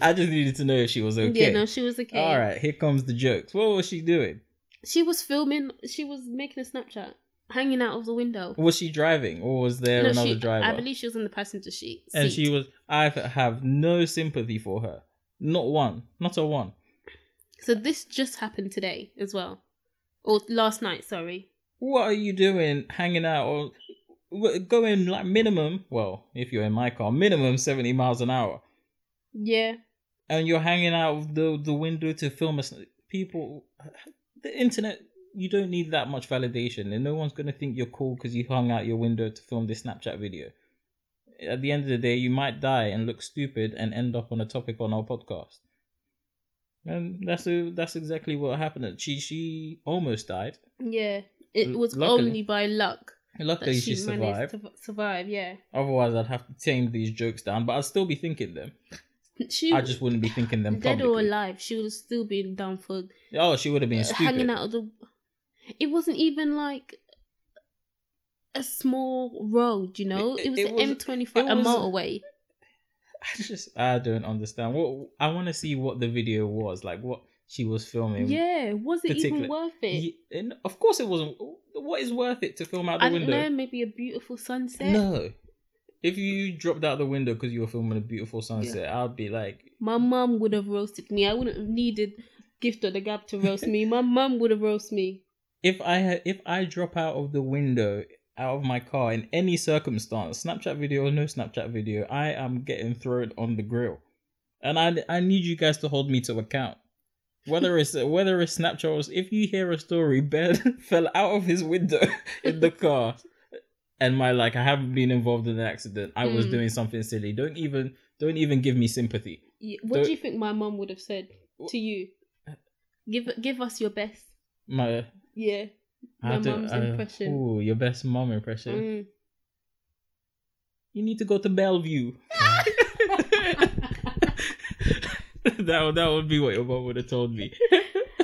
Speaker 2: I just needed to know if she was okay.
Speaker 1: Yeah, no, she was okay.
Speaker 2: All right, here comes the jokes. What was she doing?
Speaker 1: She was filming. She was making a Snapchat, hanging out of the window.
Speaker 2: Was she driving, or was there
Speaker 1: No,
Speaker 2: another
Speaker 1: she,
Speaker 2: driver?
Speaker 1: I believe she was in the passenger seat.
Speaker 2: and
Speaker 1: seat.
Speaker 2: she was. I have no sympathy for her. Not one. Not a one.
Speaker 1: So this just happened today as well, or last night. Sorry.
Speaker 2: What are you doing, hanging out, or w- going like minimum? Well, if you're in my car, minimum seventy miles an hour.
Speaker 1: Yeah.
Speaker 2: and you're hanging out of the the window to film us. People, the internet you don't need that much validation, and no one's gonna think you're cool because you hung out your window to film this Snapchat video. At the end of the day, you might die and look stupid and end up on a topic on our podcast. And that's a, that's exactly what happened. She she almost died.
Speaker 1: Yeah, it
Speaker 2: L-
Speaker 1: was
Speaker 2: luckily-
Speaker 1: only by luck that
Speaker 2: Luckily,
Speaker 1: she,
Speaker 2: she,
Speaker 1: managed
Speaker 2: survived.
Speaker 1: to v- survive. Yeah,
Speaker 2: Otherwise, I'd have to tame these jokes down, but I'd still be thinking them.
Speaker 1: she
Speaker 2: I just wouldn't be thinking them
Speaker 1: dead or
Speaker 2: publicly.
Speaker 1: alive, she would have still been done for
Speaker 2: Oh, she would have been
Speaker 1: uh, hanging
Speaker 2: stupid.
Speaker 1: out of the. It wasn't even like a small road, you know.
Speaker 2: It-
Speaker 1: It, was
Speaker 2: it
Speaker 1: an
Speaker 2: was-
Speaker 1: M twenty four,
Speaker 2: it
Speaker 1: a
Speaker 2: was-
Speaker 1: motorway.
Speaker 2: I just I don't understand. What I want to see what the video was like. What she was filming.
Speaker 1: Yeah, was it
Speaker 2: particular-
Speaker 1: even worth it?
Speaker 2: Ye- and of course it wasn't. What is worth it to film out the
Speaker 1: I don't know.
Speaker 2: window?
Speaker 1: Maybe a beautiful sunset.
Speaker 2: No. If you dropped out the window because you were filming a beautiful sunset, I'd be like,
Speaker 1: My mum would have roasted me. I wouldn't have needed gift of the gab to roast me. My mum would have roasted me.
Speaker 2: if I had, if I drop out of the window out of my car in any circumstance, Snapchat video or no Snapchat video, I am getting thrown on the grill, and I I need you guys to hold me to account. Whether it's whether it's Snapchat, or if you hear a story, Ben fell out of his window in the car, and my like I haven't been involved in an accident. I was
Speaker 1: Mm.
Speaker 2: doing something silly. Don't even don't even give me sympathy.
Speaker 1: Y- What
Speaker 2: Don't- Uh,
Speaker 1: do you think my mum would have said to you? Give give us your best.
Speaker 2: My
Speaker 1: Yeah. My mum's impression.
Speaker 2: Ooh, your best mom impression.
Speaker 1: Mm.
Speaker 2: You need to go to
Speaker 1: Mm.
Speaker 2: Bellevue. that would, that would be what your mom would have told me.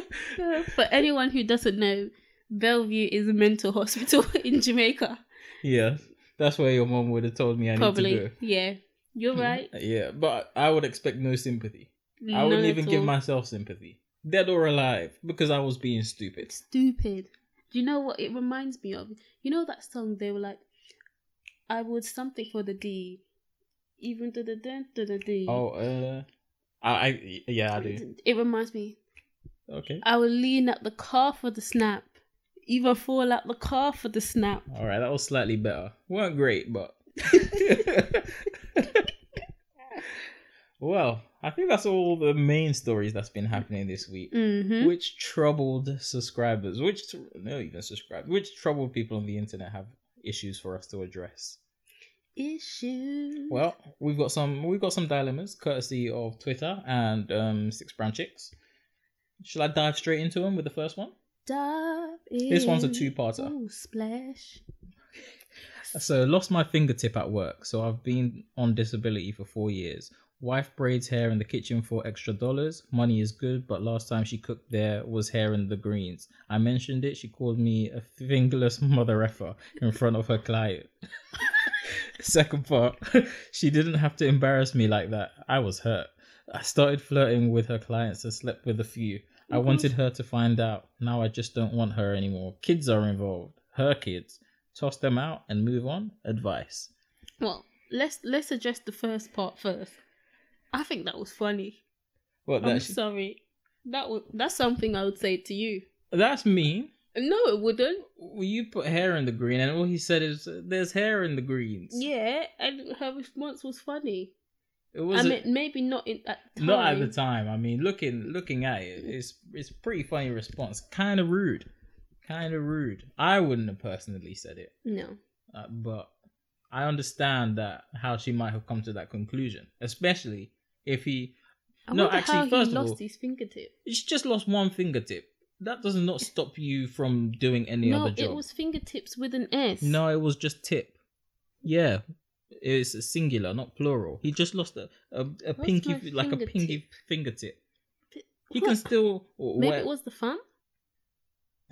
Speaker 1: For anyone who doesn't know, Bellevue is a mental hospital in Jamaica.
Speaker 2: yeah, that's where your mom would have told me I need to
Speaker 1: Probably.
Speaker 2: go. Mm-hmm.
Speaker 1: Yeah. You're right.
Speaker 2: Yeah, but I would expect no sympathy. I
Speaker 1: None
Speaker 2: wouldn't
Speaker 1: at
Speaker 2: even give
Speaker 1: all.
Speaker 2: myself sympathy, dead or alive, because I was being stupid.
Speaker 1: stupid. Do you know what it reminds me of? You know that song they were like, I would something for the D, even to the dun to the D.
Speaker 2: Oh, uh, I, I yeah, I do.
Speaker 1: It reminds me.
Speaker 2: Okay,
Speaker 1: I would lean out the car for the snap, even fall out the car for the snap.
Speaker 2: all right, that was slightly better. weren't great, but well, I think that's all the main stories that's been happening this week.
Speaker 1: Mm-hmm.
Speaker 2: which troubled subscribers, which tr- no even subscribe, which troubled people on the internet have issues for us to address.
Speaker 1: Issue.
Speaker 2: Well, we've got some we've got some dilemmas courtesy of Twitter and um, Six Brown Chicks. Shall I dive straight into them with the first one?
Speaker 1: Dive
Speaker 2: This one's a
Speaker 1: in.
Speaker 2: two-parter.
Speaker 1: Ooh, splash.
Speaker 2: So lost my fingertip at work, so I've been on disability for four years. Wife braids hair in the kitchen for extra dollars. Money is good, but last time she cooked there was hair in the greens. I mentioned it, she called me a fingerless mother effer in front of her client. Second part, she didn't have to embarrass me like that. I was hurt. I started flirting with her clients and slept with a few. I
Speaker 1: Mhm.
Speaker 2: wanted her to find out. Now I just don't want her anymore. Kids are involved. Her kids. Toss them out and move on. Advice.
Speaker 1: Well, let's let's address the first part first. I think that was funny.
Speaker 2: Well,
Speaker 1: I'm
Speaker 2: that's
Speaker 1: sorry. That would that's something I would say to you.
Speaker 2: that's mean.
Speaker 1: No, it wouldn't.
Speaker 2: Well, you put hair in the green, and all he said is, "There's hair in the greens."
Speaker 1: Yeah, and her response was funny.
Speaker 2: it was
Speaker 1: I
Speaker 2: a-
Speaker 1: mean, maybe not in at time.
Speaker 2: not at the time. I mean, looking looking at it, it's it's a pretty funny response. Kind of rude. Kind of rude. I wouldn't have personally said it.
Speaker 1: No.
Speaker 2: Uh, but I understand that how she might have come to that conclusion, especially if he
Speaker 1: I
Speaker 2: No,
Speaker 1: wonder
Speaker 2: actually,
Speaker 1: how
Speaker 2: first
Speaker 1: he
Speaker 2: of
Speaker 1: lost
Speaker 2: all-
Speaker 1: his fingertip.
Speaker 2: she just lost one fingertip. That does not stop you from doing any
Speaker 1: No,
Speaker 2: other job.
Speaker 1: it was fingertips with an S.
Speaker 2: No, it was just tip. Yeah, it's singular, not plural. He just lost a a, a
Speaker 1: What's
Speaker 2: pinky,
Speaker 1: my
Speaker 2: fi- like a pinky fingertip. He can
Speaker 1: What?
Speaker 2: still w-
Speaker 1: Maybe
Speaker 2: wear-
Speaker 1: it was the thumb.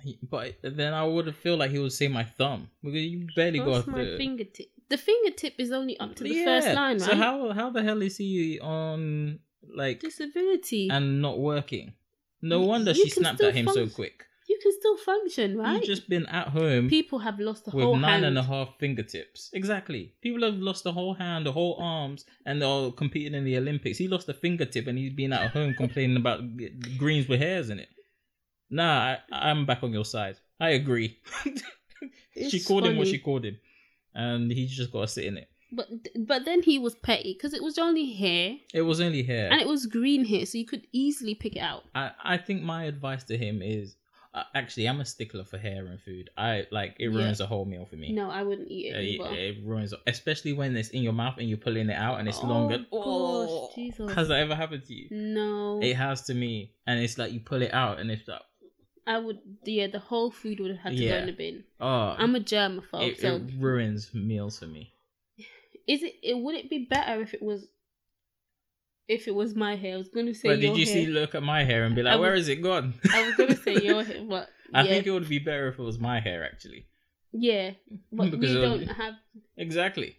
Speaker 2: He- But then I would feel like he would say my thumb because you barely
Speaker 1: Lost
Speaker 2: got
Speaker 1: my
Speaker 2: the
Speaker 1: fingertip. The fingertip is only up to the
Speaker 2: Yeah,
Speaker 1: first line, right?
Speaker 2: So how how the hell is he on like
Speaker 1: Disability.
Speaker 2: and not working? No
Speaker 1: You-
Speaker 2: wonder
Speaker 1: you
Speaker 2: she
Speaker 1: can
Speaker 2: snapped
Speaker 1: still
Speaker 2: at him so
Speaker 1: function,
Speaker 2: quick.
Speaker 1: you can still function, right?
Speaker 2: You've just been at home
Speaker 1: People have lost the
Speaker 2: with
Speaker 1: whole
Speaker 2: nine
Speaker 1: hand.
Speaker 2: and a half fingertips. Exactly. People have lost the whole hand, the whole arms, and they're competing in the Olympics. He lost a fingertip, and he's been at home complaining about g- greens with hairs in it. Nah, I, I'm back on your side. I agree. she
Speaker 1: It's
Speaker 2: called him what
Speaker 1: funny.
Speaker 2: she called him, and he's just got to sit in it.
Speaker 1: But but then he was petty because it was only hair
Speaker 2: It was only hair.
Speaker 1: and it was green hair, so you could easily pick it out.
Speaker 2: I, I think my advice to him is uh, actually, I'm a stickler for hair and food. I like it
Speaker 1: Yeah.
Speaker 2: ruins a whole meal for me.
Speaker 1: No, I wouldn't eat
Speaker 2: Uh,
Speaker 1: it.
Speaker 2: It,
Speaker 1: either.
Speaker 2: it ruins, especially when it's in your mouth and you're pulling it out and it's
Speaker 1: Oh,
Speaker 2: longer.
Speaker 1: gosh, Jesus.
Speaker 2: Has that ever happened to you?
Speaker 1: Mm. No,
Speaker 2: It has to me, and it's like you pull it out and it's like,
Speaker 1: I would. Yeah, the whole food would have had to go
Speaker 2: Yeah.
Speaker 1: in the bin.
Speaker 2: oh,
Speaker 1: I'm a germaphobe,
Speaker 2: it,
Speaker 1: so
Speaker 2: it ruins meals for me.
Speaker 1: is it, it? Would it be better if it was? If it was my hair, I was gonna say.
Speaker 2: but did
Speaker 1: your
Speaker 2: you
Speaker 1: hair.
Speaker 2: see look at my hair and be
Speaker 1: I
Speaker 2: like,
Speaker 1: was-
Speaker 2: where is it gone?
Speaker 1: I was gonna say your hair, but
Speaker 2: I
Speaker 1: yeah,
Speaker 2: think it would be better if it was my hair actually.
Speaker 1: yeah, but we
Speaker 2: because it
Speaker 1: don't
Speaker 2: would-
Speaker 1: have
Speaker 2: Exactly.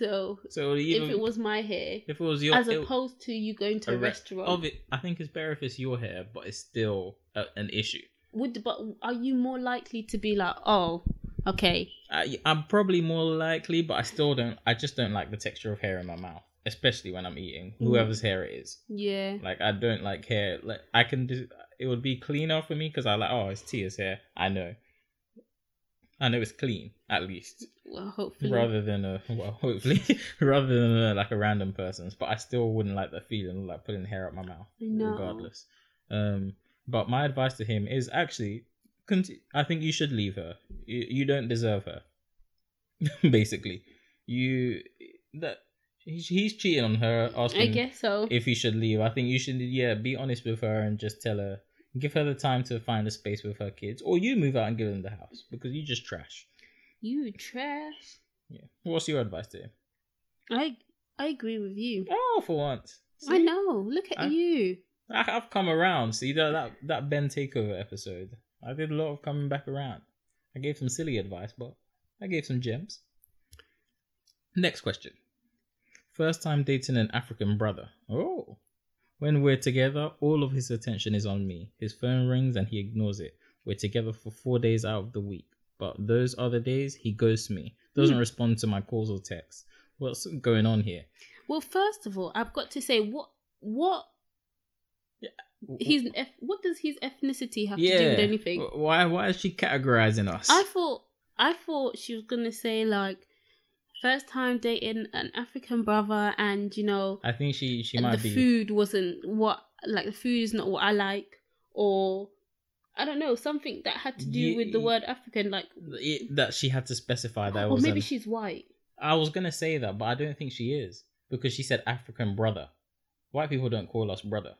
Speaker 1: so.
Speaker 2: So it even
Speaker 1: If it was my hair,
Speaker 2: if it was your
Speaker 1: as
Speaker 2: it-
Speaker 1: opposed to you going to a,
Speaker 2: a re-
Speaker 1: restaurant,
Speaker 2: of it, I think it's better if it's your hair, but it's still a, an issue.
Speaker 1: would but are you more likely to be like, oh, okay,
Speaker 2: I, I'm probably more likely, but I still don't. I just don't like the texture of hair in my mouth, especially when I'm eating
Speaker 1: Mm.
Speaker 2: whoever's hair it is.
Speaker 1: yeah,
Speaker 2: Like I don't like hair. Like I can do. It would be cleaner for me because I like. Oh, it's Tia's hair. I know. I know it's clean at least,
Speaker 1: well, hopefully,
Speaker 2: rather than a well, hopefully, rather than a, like a random person's. But I still wouldn't like the feeling of like putting hair up my mouth,
Speaker 1: No.
Speaker 2: regardless. Um, but my advice to him is actually, conti- I think you should leave her. You, you don't deserve her. Basically, you that he's, he's cheating on her,
Speaker 1: I
Speaker 2: asking
Speaker 1: guess so.
Speaker 2: if you should leave. I think you should, yeah, be honest with her and just tell her, give her the time to find a space with her kids, or you move out and give them the house because you just trash.
Speaker 1: you trash.
Speaker 2: Yeah. What's your advice to him?
Speaker 1: I I agree with you.
Speaker 2: Oh, for once, See?
Speaker 1: I know. Look at
Speaker 2: I-
Speaker 1: you.
Speaker 2: I, have come around. See that that that Ben takeover episode, I did a lot of coming back around. I gave some silly advice, but I gave some gems. Next question. First time dating an African brother. Oh. When we're together, all of his attention is on me. His phone rings and he ignores it. We're together for four days out of the week. But those other days, he ghosts me, doesn't
Speaker 1: Hmm.
Speaker 2: respond to my calls or texts. What's going on here?
Speaker 1: Well, first of all, I've got to say what what his eth- what does his ethnicity have to do with anything?
Speaker 2: W- Why why is she categorizing us?
Speaker 1: I thought I thought she was gonna say like first time dating an African brother, and you know
Speaker 2: I think she she
Speaker 1: the
Speaker 2: might be
Speaker 1: food wasn't what like the food is not what I like, or I don't know something that had to do
Speaker 2: Ye-
Speaker 1: with the word African, like
Speaker 2: it- that she had to specify that it
Speaker 1: or
Speaker 2: was.
Speaker 1: maybe
Speaker 2: an-
Speaker 1: she's white.
Speaker 2: I was gonna say that, but I don't think she is because she said African brother. White people don't call us brother.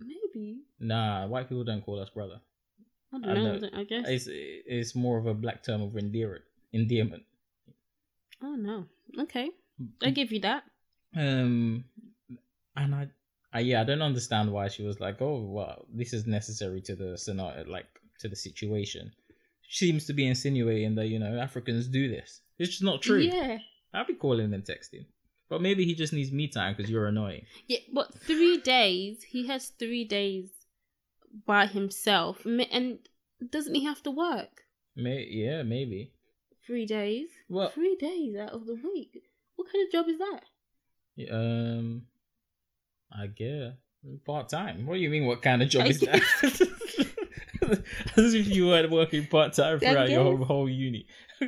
Speaker 1: Maybe
Speaker 2: Nah, white people don't call us brother.
Speaker 1: I don't
Speaker 2: I
Speaker 1: know.
Speaker 2: know.
Speaker 1: I guess
Speaker 2: It's it's more of a black term of endearment. Endearment.
Speaker 1: Oh no. Okay.
Speaker 2: Mm.
Speaker 1: I give you that.
Speaker 2: Um, and I, I yeah, I don't understand why she was like, oh well, this is necessary to the scenario, like to the situation. She seems to be insinuating that you know Africans do this. It's just not true.
Speaker 1: Yeah.
Speaker 2: I'll be calling and texting, but maybe he just needs me time because you're annoying.
Speaker 1: Yeah, but three days. He has three days by himself. M- And doesn't he have to work?
Speaker 2: May yeah, maybe.
Speaker 1: Three days?
Speaker 2: Well,
Speaker 1: Three days out of the week. What kind of job is that?
Speaker 2: um, I guess part time. What do you mean? What kind of job
Speaker 1: I
Speaker 2: is that? As if you weren't working part time throughout your whole,
Speaker 1: guess.
Speaker 2: whole uni.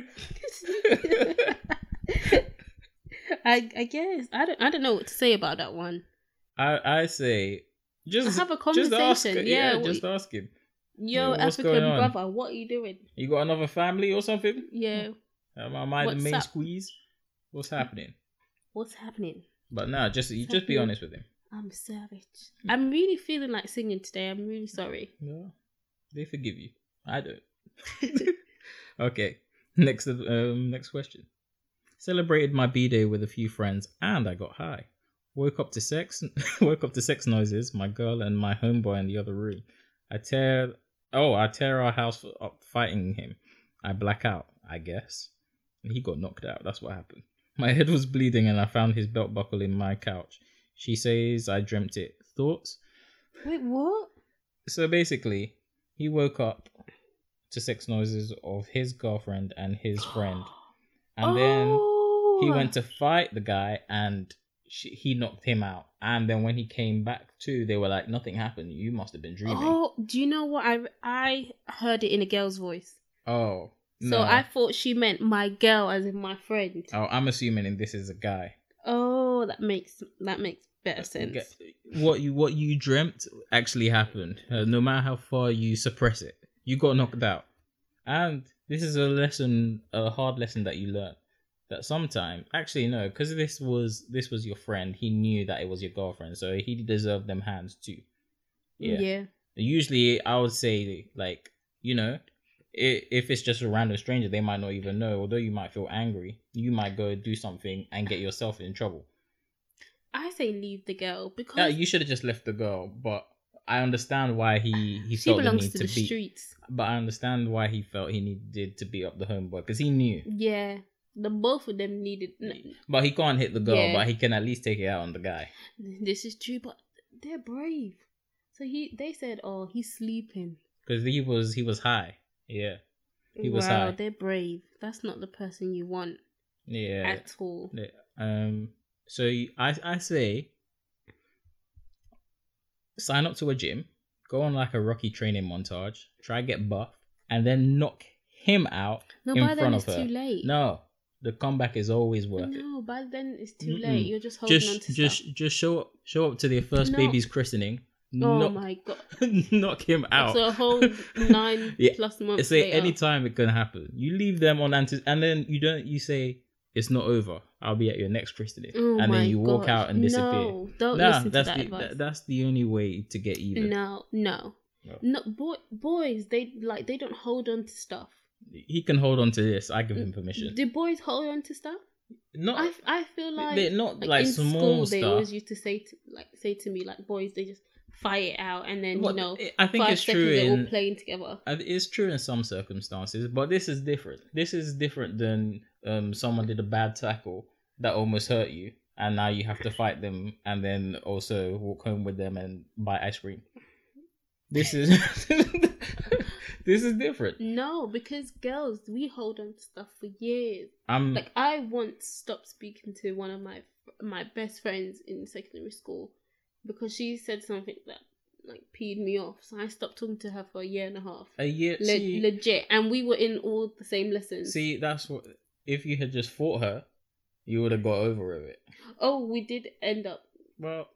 Speaker 1: I I guess. I don't I don't know what to say about that one.
Speaker 2: I I say just
Speaker 1: have a
Speaker 2: Just ask,
Speaker 1: conversation,
Speaker 2: yeah,
Speaker 1: yeah, what-
Speaker 2: just ask him. yeah,
Speaker 1: Yo,
Speaker 2: what's
Speaker 1: African
Speaker 2: going on?
Speaker 1: brother, what are you doing?
Speaker 2: You got another family or something?
Speaker 1: Yeah.
Speaker 2: Am, am I the
Speaker 1: What's
Speaker 2: main
Speaker 1: up?
Speaker 2: squeeze? What's happening?
Speaker 1: What's happening?
Speaker 2: But no, just you just be
Speaker 1: happening?
Speaker 2: honest with him.
Speaker 1: I'm savage. I'm really feeling like singing today. I'm really sorry.
Speaker 2: Yeah. They forgive you. I don't. okay. Next um next question. Celebrated my B day with a few friends and I got high. Woke up to sex woke up to sex noises, my girl and my homeboy in the other room. I tear oh, I tear our house up fighting him. I black out, I guess. He got knocked out, that's what happened. My head was bleeding and I found his belt buckle in my couch. She says I dreamt it. Thoughts?
Speaker 1: Wait, what?
Speaker 2: so basically, he woke up to sex noises of his girlfriend and his friend, and then he
Speaker 1: Oh!
Speaker 2: went to fight the guy, and she, he knocked him out. And then when he came back to, they were like, "Nothing happened. You must have been dreaming." Oh,
Speaker 1: Oh, do you know what? I I heard it in a girl's voice, so
Speaker 2: Oh, no. Uh,
Speaker 1: I thought she meant my girl, as in my friend.
Speaker 2: Oh, I'm assuming this is a guy.
Speaker 1: Oh, that makes that makes better sense.
Speaker 2: What you what you dreamt actually happened. Uh, no matter how far you suppress it, you got knocked out. And this is a lesson, a hard lesson that you learn. That sometime, actually no, because this was this was your friend. He knew that it was your girlfriend, so he deserved them hands too.
Speaker 1: Yeah.
Speaker 2: Usually, I would say like you know, i if it's just a random stranger, they might not even know. Although you might feel angry, you might go do something and get yourself in trouble.
Speaker 1: I say leave the girl because
Speaker 2: Yeah, you should have just left the girl, but I understand why he he
Speaker 1: she
Speaker 2: felt the
Speaker 1: belongs
Speaker 2: need
Speaker 1: to
Speaker 2: to,
Speaker 1: the
Speaker 2: beat.
Speaker 1: streets.
Speaker 2: But I understand why he felt he needed to beat up the homeboy because he knew.
Speaker 1: Yeah. The both of them needed. n-
Speaker 2: But he can't hit the girl,
Speaker 1: Yeah.
Speaker 2: but he can at least take it out on the guy.
Speaker 1: This is true, but they're brave. So he, they said, "Oh, he's sleeping."
Speaker 2: Because he was he was high. Yeah. He was
Speaker 1: wow,
Speaker 2: high.
Speaker 1: they're brave. That's not the person you want
Speaker 2: Yeah.
Speaker 1: at all.
Speaker 2: Um so you- I I say sign up to a gym, go on like a Rocky training montage, try get buff, and then knock him out.
Speaker 1: No,
Speaker 2: In
Speaker 1: by then
Speaker 2: front
Speaker 1: it's
Speaker 2: of her.
Speaker 1: too late.
Speaker 2: No. The comeback is always worth it.
Speaker 1: no, by then it's too
Speaker 2: Mm-mm.
Speaker 1: late. You're just holding on
Speaker 2: just
Speaker 1: to
Speaker 2: just
Speaker 1: stuff.
Speaker 2: just show up show up to their first
Speaker 1: No.
Speaker 2: baby's christening
Speaker 1: Oh
Speaker 2: knock,
Speaker 1: my god!
Speaker 2: knock him out
Speaker 1: So a whole nine
Speaker 2: Yeah,
Speaker 1: plus months
Speaker 2: say
Speaker 1: later.
Speaker 2: any time it can happen you leave them on anti- and then you don't you say it's not over i'll be at your next christening
Speaker 1: Oh
Speaker 2: and
Speaker 1: my
Speaker 2: then you walk
Speaker 1: gosh.
Speaker 2: out and disappear
Speaker 1: No, don't
Speaker 2: Nah,
Speaker 1: listen to
Speaker 2: that's
Speaker 1: that
Speaker 2: the
Speaker 1: advice.
Speaker 2: tha- that's the only way to get even
Speaker 1: no, no,
Speaker 2: No.
Speaker 1: no. Boy, boys, they like they don't hold on to stuff.
Speaker 2: he can hold on to this i give him permission
Speaker 1: Do boys hold on to stuff?
Speaker 2: not
Speaker 1: I, I feel like
Speaker 2: they're not
Speaker 1: Like,
Speaker 2: like,
Speaker 1: in
Speaker 2: small
Speaker 1: school, they
Speaker 2: stuff
Speaker 1: always used to say to, like say to me like boys they just fight it out and then
Speaker 2: What-
Speaker 1: you know
Speaker 2: i think
Speaker 1: five
Speaker 2: it's
Speaker 1: seconds
Speaker 2: true
Speaker 1: they're
Speaker 2: in
Speaker 1: all playing together.
Speaker 2: And It's true in some circumstances, but this is different. This is different than um someone did a bad tackle that almost hurt you, and now you have to fight them, and then also walk home with them and buy ice cream. This is this is different.
Speaker 1: No, because girls we hold on to stuff for years.
Speaker 2: I'm
Speaker 1: Like I once stopped speaking to one of my my best friends in secondary school because she said something that like peed me off. So I stopped talking to her for a year and a half.
Speaker 2: a year.
Speaker 1: Le-
Speaker 2: see,
Speaker 1: legit, and we were in all the same lessons.
Speaker 2: see, that's what. If you had just fought her, you would have got over it.
Speaker 1: Oh, we did end up.
Speaker 2: Well,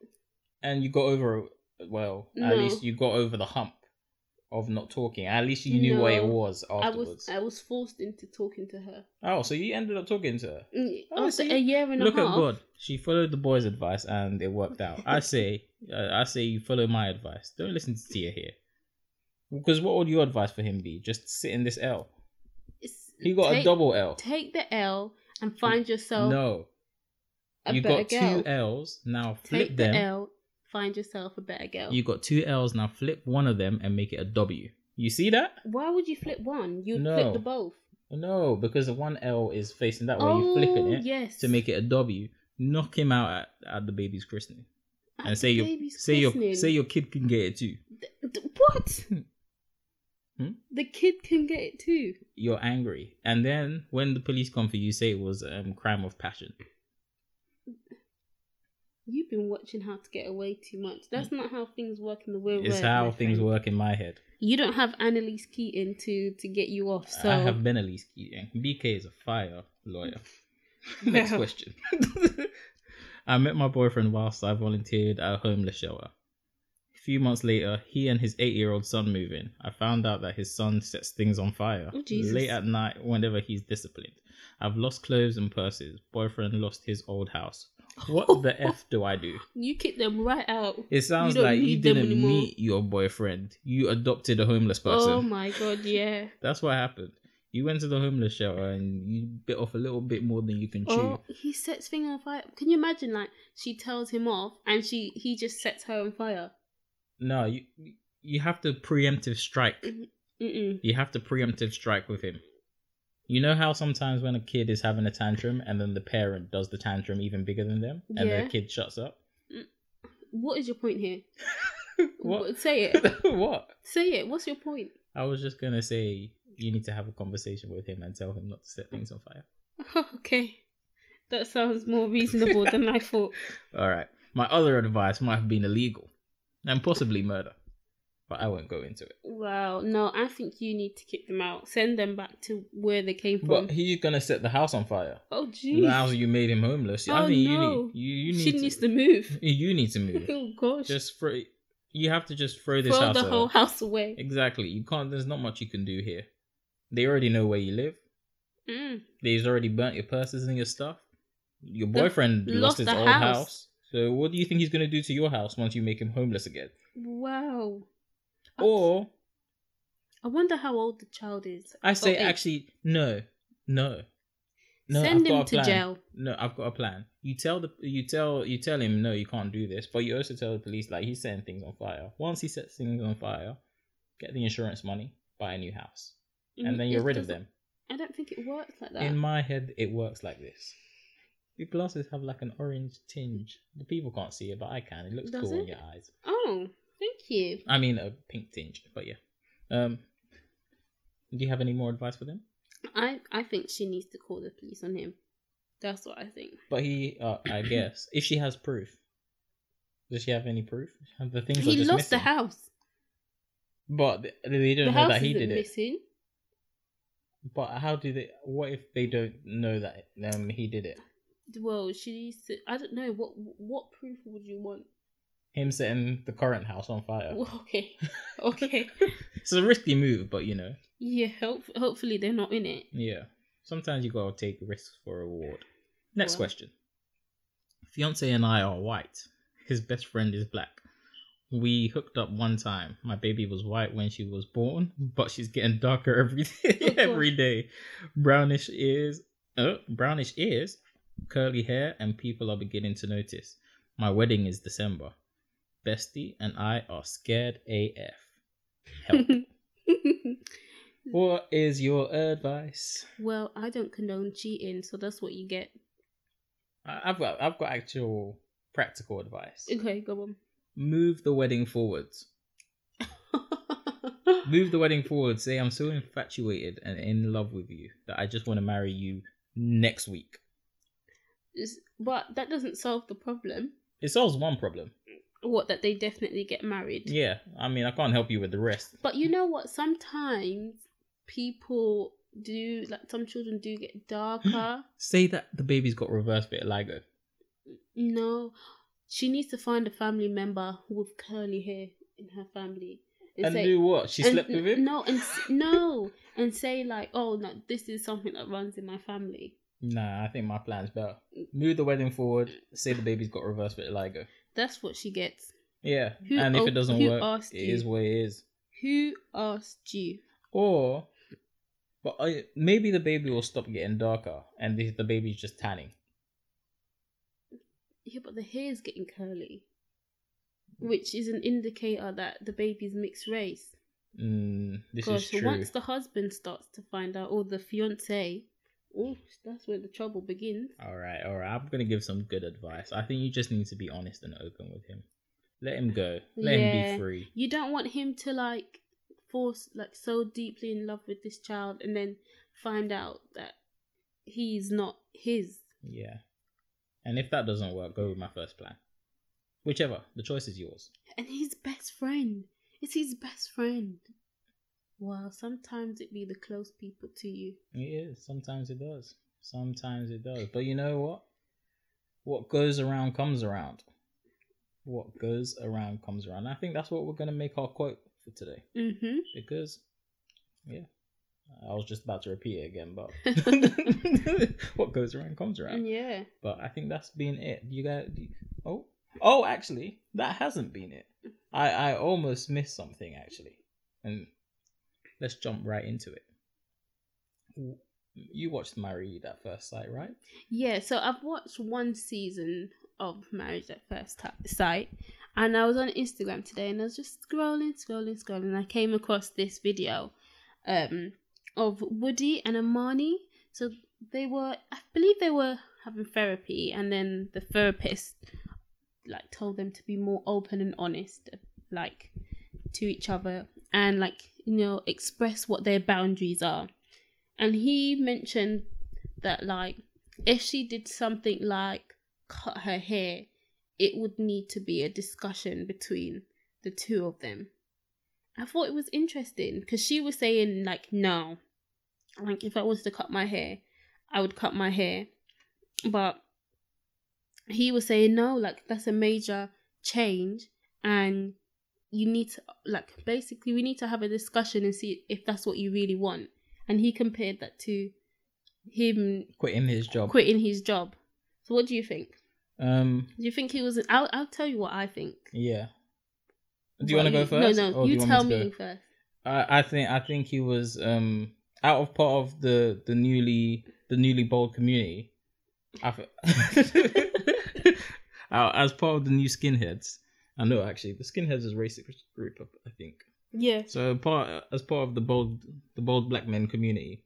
Speaker 2: and you got over it. Well,
Speaker 1: No.
Speaker 2: at least you got over the hump of not talking. At least you knew what it
Speaker 1: No.
Speaker 2: was afterwards.
Speaker 1: I was I was forced into talking to her.
Speaker 2: Oh, so you ended up talking to her.
Speaker 1: Mm,
Speaker 2: Oh,
Speaker 1: After
Speaker 2: see?
Speaker 1: a year and
Speaker 2: Look
Speaker 1: a
Speaker 2: at
Speaker 1: half.
Speaker 2: God. She followed the boy's advice and it worked out. I say, uh, I say, you follow my advice. Don't listen to Tia here. Because what would your advice for him be? Just sit in this L.
Speaker 1: It's-
Speaker 2: He got
Speaker 1: take,
Speaker 2: a double L.
Speaker 1: Take the L and find yourself
Speaker 2: no,
Speaker 1: a
Speaker 2: you
Speaker 1: better
Speaker 2: got
Speaker 1: girl.
Speaker 2: two L's. Now flip
Speaker 1: Take
Speaker 2: them.
Speaker 1: the L, find yourself a better girl.
Speaker 2: You got two L's. Now flip one of them and make it a W. You see that?
Speaker 1: Why would you flip one? You'd
Speaker 2: No.
Speaker 1: flip the both.
Speaker 2: No, because the one L is facing that way.
Speaker 1: oh,
Speaker 2: You're flipping it
Speaker 1: yes.
Speaker 2: to make it a W. Knock him out at, at the baby's christening.
Speaker 1: At
Speaker 2: and
Speaker 1: the
Speaker 2: say your
Speaker 1: baby's
Speaker 2: say your
Speaker 1: christening.
Speaker 2: say your kid can get it too.
Speaker 1: Th- th- what?
Speaker 2: Hmm?
Speaker 1: The kid can get it too.
Speaker 2: You're angry, and then when the police come for you, say it was um crime of passion.
Speaker 1: You've been watching How to Get Away too much. That's not how things work in the real world.
Speaker 2: It's how
Speaker 1: my
Speaker 2: things
Speaker 1: friend.
Speaker 2: work in my head.
Speaker 1: You don't have Annalise Keaton to to get you off. So
Speaker 2: I have been at least eating. BK is a fire lawyer. Next
Speaker 1: Well.
Speaker 2: question. I met my boyfriend whilst I volunteered at a homeless shelter. A few months later, he and his eight-year-old son move in. I found out that his son sets things on fire
Speaker 1: Oh, Jesus.
Speaker 2: late at night whenever he's disciplined. I've lost clothes and purses. Boyfriend lost his old house. What the f do I do?
Speaker 1: you kick them right out.
Speaker 2: It sounds
Speaker 1: don't
Speaker 2: like you
Speaker 1: need them
Speaker 2: didn't
Speaker 1: anymore.
Speaker 2: meet your boyfriend. You adopted a homeless person.
Speaker 1: Oh my god, yeah.
Speaker 2: That's what happened. You went to the homeless shelter and you bit off a little bit more than you can chew.
Speaker 1: Oh, he sets thing on fire. Can you imagine? Like she tells him off, and she he just sets her on fire.
Speaker 2: No, you you have to preemptive strike.
Speaker 1: Mm-mm.
Speaker 2: You have to preemptive strike with him. You know how sometimes when a kid is having a tantrum and then the parent does the tantrum even bigger than them and
Speaker 1: Yeah.
Speaker 2: the kid shuts up?
Speaker 1: What is your point here?
Speaker 2: What?
Speaker 1: What- Say it.
Speaker 2: what?
Speaker 1: Say it. What's your point?
Speaker 2: I was just going to say you need to have a conversation with him and tell him not to set things on fire.
Speaker 1: okay, that sounds more reasonable than I thought.
Speaker 2: All right. My other advice might have been illegal and possibly murder. but I won't go into it.
Speaker 1: Well, no, I think you need to kick them out. Send them back to where they came from.
Speaker 2: But he's gonna set the house on fire.
Speaker 1: oh,
Speaker 2: Now
Speaker 1: Mm-hmm. jeez.
Speaker 2: you made him homeless.
Speaker 1: Oh,
Speaker 2: I mean,
Speaker 1: no.
Speaker 2: you need you, you
Speaker 1: She
Speaker 2: need
Speaker 1: needs
Speaker 2: to,
Speaker 1: to move.
Speaker 2: you need to move.
Speaker 1: oh, gosh.
Speaker 2: just throw. You have to just throw this
Speaker 1: Throw
Speaker 2: house.
Speaker 1: the
Speaker 2: out.
Speaker 1: whole house away.
Speaker 2: Exactly. You can't. There's not much you can do here. They already know where you live.
Speaker 1: Mm.
Speaker 2: They've already burnt your purses and your stuff. Your
Speaker 1: The-
Speaker 2: boyfriend
Speaker 1: lost
Speaker 2: lost his
Speaker 1: the
Speaker 2: old
Speaker 1: house.
Speaker 2: house. So what do you think he's gonna do to your house once you make him homeless again?
Speaker 1: Wow. I-
Speaker 2: Or
Speaker 1: I wonder how old the child is.
Speaker 2: I say,
Speaker 1: eight.
Speaker 2: actually, no, no, no.
Speaker 1: Send
Speaker 2: I've got
Speaker 1: him
Speaker 2: a
Speaker 1: to
Speaker 2: plan.
Speaker 1: jail.
Speaker 2: No, I've got a plan. You tell the you tell you tell him no, you can't do this, but you also tell the police like he's setting things on fire. Once he sets things on fire, get the insurance money, buy a new house, and then
Speaker 1: Mm,
Speaker 2: you're
Speaker 1: it
Speaker 2: rid of
Speaker 1: doesn't-
Speaker 2: them.
Speaker 1: I don't think it works like that.
Speaker 2: In my head, it works like this. Your glasses have like an orange tinge. The people can't see it, but I can. It looks
Speaker 1: Does
Speaker 2: cool in
Speaker 1: it?
Speaker 2: your eyes.
Speaker 1: oh, thank you.
Speaker 2: I mean, a pink tinge, but yeah. Um, do you have any more advice for them?
Speaker 1: I I think she needs to call the police on him. That's what I think.
Speaker 2: But he, uh, I guess, if she has proof, does she have any proof? The things are
Speaker 1: he
Speaker 2: just
Speaker 1: lost the
Speaker 2: missing.
Speaker 1: house.
Speaker 2: but th- they don't
Speaker 1: The
Speaker 2: know
Speaker 1: house
Speaker 2: that he
Speaker 1: isn't
Speaker 2: did it.
Speaker 1: missing.
Speaker 2: But how do they? What if they don't know that um he did it?
Speaker 1: Well, she needs to. I don't know what what proof would you want.
Speaker 2: Him setting the current house on fire.
Speaker 1: Well, okay, okay.
Speaker 2: It's a risky move, but you know,
Speaker 1: yeah. Hope, hopefully they're not in it.
Speaker 2: yeah. Sometimes you gotta take risks for a reward. Next
Speaker 1: Well.
Speaker 2: question. Fiance and I are white. His best friend is black. We hooked up one time. My baby was white when she was born, but she's getting darker every
Speaker 1: Oh, God.
Speaker 2: every day. Brownish ears, uh, brownish ears, curly hair, and people are beginning to notice. My wedding is December. Bestie and I are scared AF. Help. what is your advice?
Speaker 1: well, I don't condone cheating, so that's what you get.
Speaker 2: I- I've got I've got actual practical advice.
Speaker 1: Okay, go on.
Speaker 2: Move the wedding forwards. Move the wedding forward. Say I'm so infatuated and in love with you that I just want to marry you next week.
Speaker 1: It's- but that doesn't solve the problem.
Speaker 2: It solves one problem.
Speaker 1: What that they definitely get married.
Speaker 2: Yeah, I mean I can't help you with the rest.
Speaker 1: But you know what? Sometimes people do like some children do get darker.
Speaker 2: Say that the baby's got reverse vitiligo.
Speaker 1: no, she needs to find a family member with curly hair in her family
Speaker 2: And do what? She
Speaker 1: and-
Speaker 2: slept with him?
Speaker 1: No, and s- no, and say like, oh no, this is something that runs in my family.
Speaker 2: Nah, I think my plan's better. Move the wedding forward. Say the baby's got reverse vitiligo.
Speaker 1: That's what she gets.
Speaker 2: Yeah,
Speaker 1: Who
Speaker 2: and if
Speaker 1: o-
Speaker 2: it doesn't
Speaker 1: who
Speaker 2: work,
Speaker 1: asked
Speaker 2: it
Speaker 1: you?
Speaker 2: is what it is.
Speaker 1: Who asked you?
Speaker 2: Or, but I, maybe the baby will stop getting darker, and the, the baby's just tanning.
Speaker 1: Yeah, but the hair's getting curly, which is an indicator that the baby's mixed race.
Speaker 2: Mm, this
Speaker 1: Gosh,
Speaker 2: is true.
Speaker 1: once the husband starts to find out, or the fiance, oh, that's where the trouble begins.
Speaker 2: All right, all right. I'm gonna give some good advice. I think you just need to be honest and open with him. Let him go. Let
Speaker 1: Yeah.
Speaker 2: him be free.
Speaker 1: You don't want him to like force like so deeply in love with this child, and then find out that he's not his.
Speaker 2: Yeah. And if that doesn't work, go with my first plan. Whichever, the choice is yours.
Speaker 1: And his best friend. It's his best friend. Wow, sometimes it be the close people to you.
Speaker 2: It is. Sometimes it does. Sometimes it does. But you know what? What goes around comes around. What goes around comes around. I think that's what we're gonna make our quote for today.
Speaker 1: Mm-hmm.
Speaker 2: because yeah i was just about to repeat it again but what goes around comes around
Speaker 1: Yeah.
Speaker 2: but i think that's been it you got oh oh actually that hasn't been it i i almost missed something actually and let's jump right into it W- you watched married at first sight right
Speaker 1: Yeah, so I've watched one season of Marriage at First Ti- Sight, and I was on Instagram today, and I was just scrolling, scrolling, scrolling, and I came across this video, um, of Woody and Amani. So they were, I believe, they were having therapy, and then the therapist like told them to be more open and honest, like to each other, and like you know express what their boundaries are. And he mentioned that like if she did something like cut her hair, it would need to be a discussion between the two of them. I thought it was interesting because she was saying like, no, like if I wanted to cut my hair, I would cut my hair, but he was saying no, like that's a major change, and you need to like basically we need to have a discussion and see if that's what you really want. And he compared that to him
Speaker 2: quitting his job.
Speaker 1: quitting his job. So what do you think?
Speaker 2: Um,
Speaker 1: Do you think he was? I'll I'll tell you what I think.
Speaker 2: yeah. Do you
Speaker 1: What
Speaker 2: want to go
Speaker 1: you-
Speaker 2: first?
Speaker 1: No, no.
Speaker 2: or do
Speaker 1: you
Speaker 2: want
Speaker 1: tell
Speaker 2: to
Speaker 1: me,
Speaker 2: go?
Speaker 1: first.
Speaker 2: I, I think I think he was um out of part of the the newly the newly bold community. I th- Uh, as part of the new skinheads. I know actually the skinheads is a racist group I think.
Speaker 1: Yeah.
Speaker 2: So part as part of the bold the bold black men community,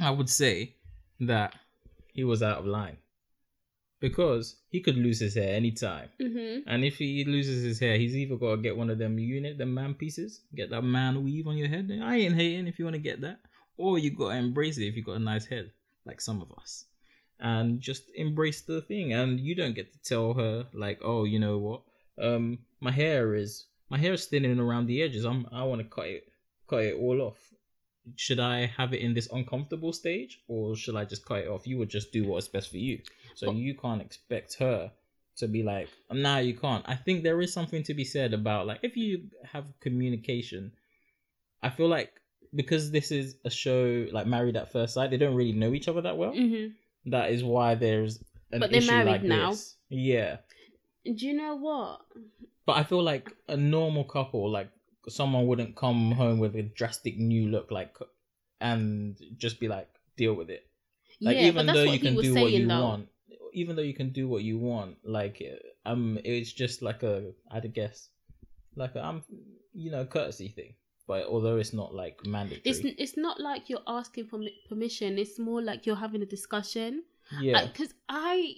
Speaker 2: I would say that he was out of line because he could lose his hair anytime.
Speaker 1: Mhm.
Speaker 2: And if he loses his hair, he's either got to get one of them unit, them man pieces, get that man weave on your head. I ain't hating if you want to get that. Or you got to embrace it if you got a nice head, like some of us. And just embrace the thing. And you don't get to tell her, like, oh, you know what? Um, my hair is, my hair is thinning around the edges. I'm, I want to cut it, cut it all off. Should I have it in this uncomfortable stage or should I just cut it off? You would just do what's best for you. So
Speaker 1: But-
Speaker 2: you can't expect her to be like, nah, you can't. I think there is something to be said about like if you have communication. I feel like because this is a show like Married at First Sight, they don't really know each other that well.
Speaker 1: Mhm.
Speaker 2: That is why there's an
Speaker 1: But they're
Speaker 2: issue
Speaker 1: married
Speaker 2: like
Speaker 1: now.
Speaker 2: this. Yeah,
Speaker 1: Do you know what?
Speaker 2: but I feel like a normal couple, like someone wouldn't come home with a drastic new look, like, and just be like, deal with it. Like
Speaker 1: yeah,
Speaker 2: even
Speaker 1: but that's
Speaker 2: though
Speaker 1: what
Speaker 2: you
Speaker 1: he
Speaker 2: can
Speaker 1: was
Speaker 2: do
Speaker 1: saying,
Speaker 2: what you
Speaker 1: though.
Speaker 2: want, even though you can do what you want, like um, it's just like a I'd guess, like a um, you know, courtesy thing. But although it's not like mandatory,
Speaker 1: It's it's not like you're asking for permission. It's more like you're having a discussion.
Speaker 2: yeah,
Speaker 1: Because I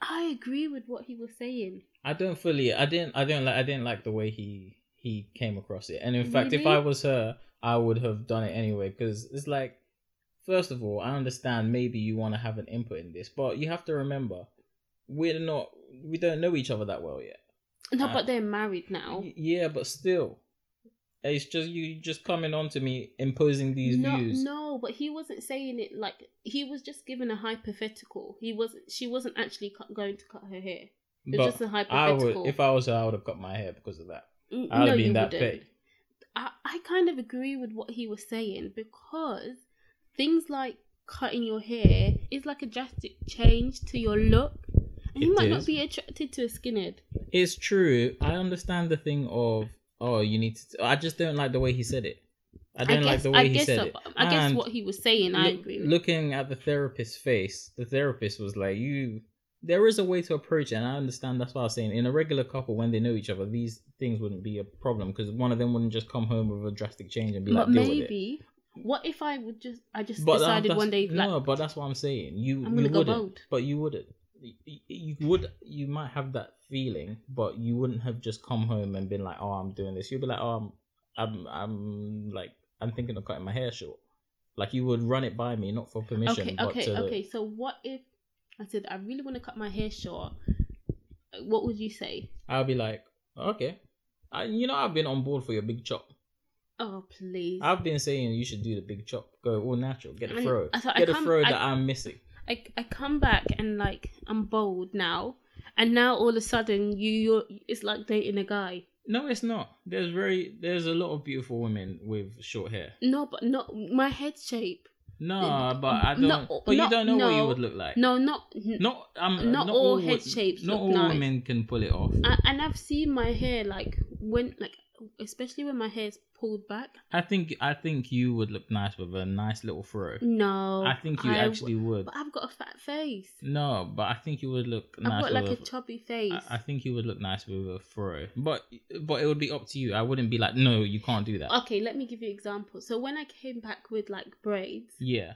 Speaker 1: I agree with what he was saying.
Speaker 2: I don't fully. I didn't. I don't like. I didn't like the way he he came across it. And in fact, if
Speaker 1: Really?
Speaker 2: I was her, I would have done it anyway. Because it's like, first of all, I understand maybe you want to have an input in this, but you have to remember, we're not. We don't know each other that well yet.
Speaker 1: No,
Speaker 2: Uh,
Speaker 1: but they're married now.
Speaker 2: Y- Yeah, but still, it's just you just coming on to me imposing these
Speaker 1: no,
Speaker 2: views.
Speaker 1: no, but he wasn't saying it like he was just giving a hypothetical. He wasn't. She wasn't actually cut, going to cut her hair. It was
Speaker 2: but
Speaker 1: just a
Speaker 2: I
Speaker 1: hypothetical.
Speaker 2: would, if I was her, I would have cut my hair because of that.
Speaker 1: N-
Speaker 2: I'd have been
Speaker 1: you
Speaker 2: that
Speaker 1: wouldn't.
Speaker 2: petty.
Speaker 1: I, I kind of agree with what he was saying because things like cutting your hair is like a drastic change to your look. And you
Speaker 2: It
Speaker 1: might
Speaker 2: is.
Speaker 1: not be attracted to a skinhead.
Speaker 2: It's true. I understand the thing of oh, you need to. I just don't like the way he said it. I don't like the way
Speaker 1: I
Speaker 2: he
Speaker 1: guess
Speaker 2: said
Speaker 1: so,
Speaker 2: it.
Speaker 1: but I guess
Speaker 2: And
Speaker 1: what he was saying, I
Speaker 2: loo-
Speaker 1: agree with.
Speaker 2: Looking at the therapist's face, the therapist was like, "You." There is a way to approach it, and I understand. That's why I was saying, in a regular couple, when they know each other, these things wouldn't be a problem because one of them wouldn't just come home with a drastic change and be
Speaker 1: but
Speaker 2: like, "Deal with it."
Speaker 1: maybe, what if I would just, I just
Speaker 2: But, um,
Speaker 1: decided
Speaker 2: that's-
Speaker 1: one day, like,
Speaker 2: no, but that's what I'm saying. You,
Speaker 1: I'm
Speaker 2: you
Speaker 1: going to go
Speaker 2: wouldn't,
Speaker 1: bold.
Speaker 2: but you wouldn't. You, you would, you might have that feeling, but you wouldn't have just come home and been like, "Oh, I'm doing this." You'd be like, "Oh, I'm, I'm, I'm like, I'm thinking of cutting my hair short." Like you would run it by me, not for permission,
Speaker 1: Okay,
Speaker 2: but
Speaker 1: okay,
Speaker 2: to
Speaker 1: okay. So what if I said, I really want to cut my hair short? What would you say?
Speaker 2: I'll be like, "Okay." I, you know, I've been on board for your big chop.
Speaker 1: Oh, please.
Speaker 2: I've been saying you should do the big chop, go all natural, get a
Speaker 1: I-
Speaker 2: throw,
Speaker 1: I thought I
Speaker 2: get a
Speaker 1: can't-
Speaker 2: throw
Speaker 1: I-
Speaker 2: that I'm missing.
Speaker 1: I, I come back and like I'm bold now, and now all of a sudden you you're, it's like dating a guy.
Speaker 2: No, it's not. There's very there's a lot of beautiful women with short hair.
Speaker 1: No, but not my head shape.
Speaker 2: No, but I don't.
Speaker 1: not-
Speaker 2: but
Speaker 1: not-
Speaker 2: you don't know what you
Speaker 1: no.
Speaker 2: would look like.
Speaker 1: No, not. n-
Speaker 2: Not um,
Speaker 1: Not all
Speaker 2: wo-
Speaker 1: head shapes
Speaker 2: Not
Speaker 1: look
Speaker 2: all
Speaker 1: nice.
Speaker 2: women can pull it off.
Speaker 1: I, and I've seen my hair like when like especially when my hair's pulled back.
Speaker 2: I think I think you would look nice with a nice little fro.
Speaker 1: No,
Speaker 2: I think you
Speaker 1: I w-
Speaker 2: actually would.
Speaker 1: But I've got a fat face.
Speaker 2: No, but I think you would look
Speaker 1: I've
Speaker 2: nice
Speaker 1: got like a
Speaker 2: with
Speaker 1: chubby face.
Speaker 2: I- I think you would look nice with a fro. But but it would be up to you. I wouldn't be like, no, you can't do that.
Speaker 1: okay, let me give you an example. So when I came back with like braids,
Speaker 2: Yeah,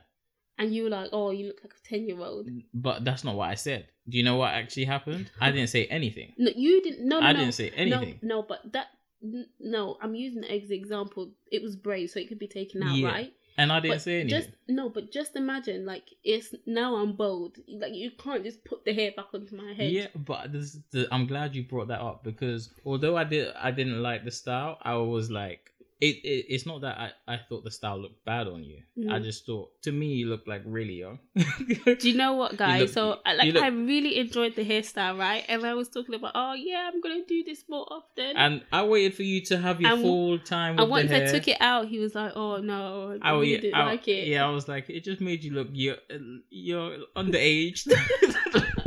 Speaker 1: and you were like, "Oh, you look like a ten year old."
Speaker 2: but that's not what I said. Do you know what actually happened? I didn't say anything.
Speaker 1: No, you didn't. No, no,
Speaker 2: I
Speaker 1: no.
Speaker 2: didn't say anything.
Speaker 1: No, no, but that n- no, I'm using it as an example. It was brave, so it could be taken out,
Speaker 2: Yeah,
Speaker 1: right?
Speaker 2: And I didn't
Speaker 1: But
Speaker 2: say anything.
Speaker 1: Just no, but just imagine, like it's now I'm bold. Like you can't just put the hair back onto my head.
Speaker 2: Yeah, but this is the, I'm glad you brought that up because although I did I didn't like the style, I was like it, it it's not that I, I thought the style looked bad on you. I
Speaker 1: Mm.
Speaker 2: just thought to me you looked like really young.
Speaker 1: Do you know what, guys?
Speaker 2: look-
Speaker 1: so, I-
Speaker 2: you
Speaker 1: like,
Speaker 2: look-
Speaker 1: I really enjoyed the hairstyle, right? And I was talking about, oh yeah, I'm gonna do this more often.
Speaker 2: and I waited for you to have your
Speaker 1: And-
Speaker 2: full time. With
Speaker 1: and once
Speaker 2: the hair.
Speaker 1: I took it out, he was like, oh no, I
Speaker 2: Oh
Speaker 1: really
Speaker 2: yeah,
Speaker 1: didn't
Speaker 2: I,
Speaker 1: like it.
Speaker 2: yeah. I was like, it just made you look you're you're underage.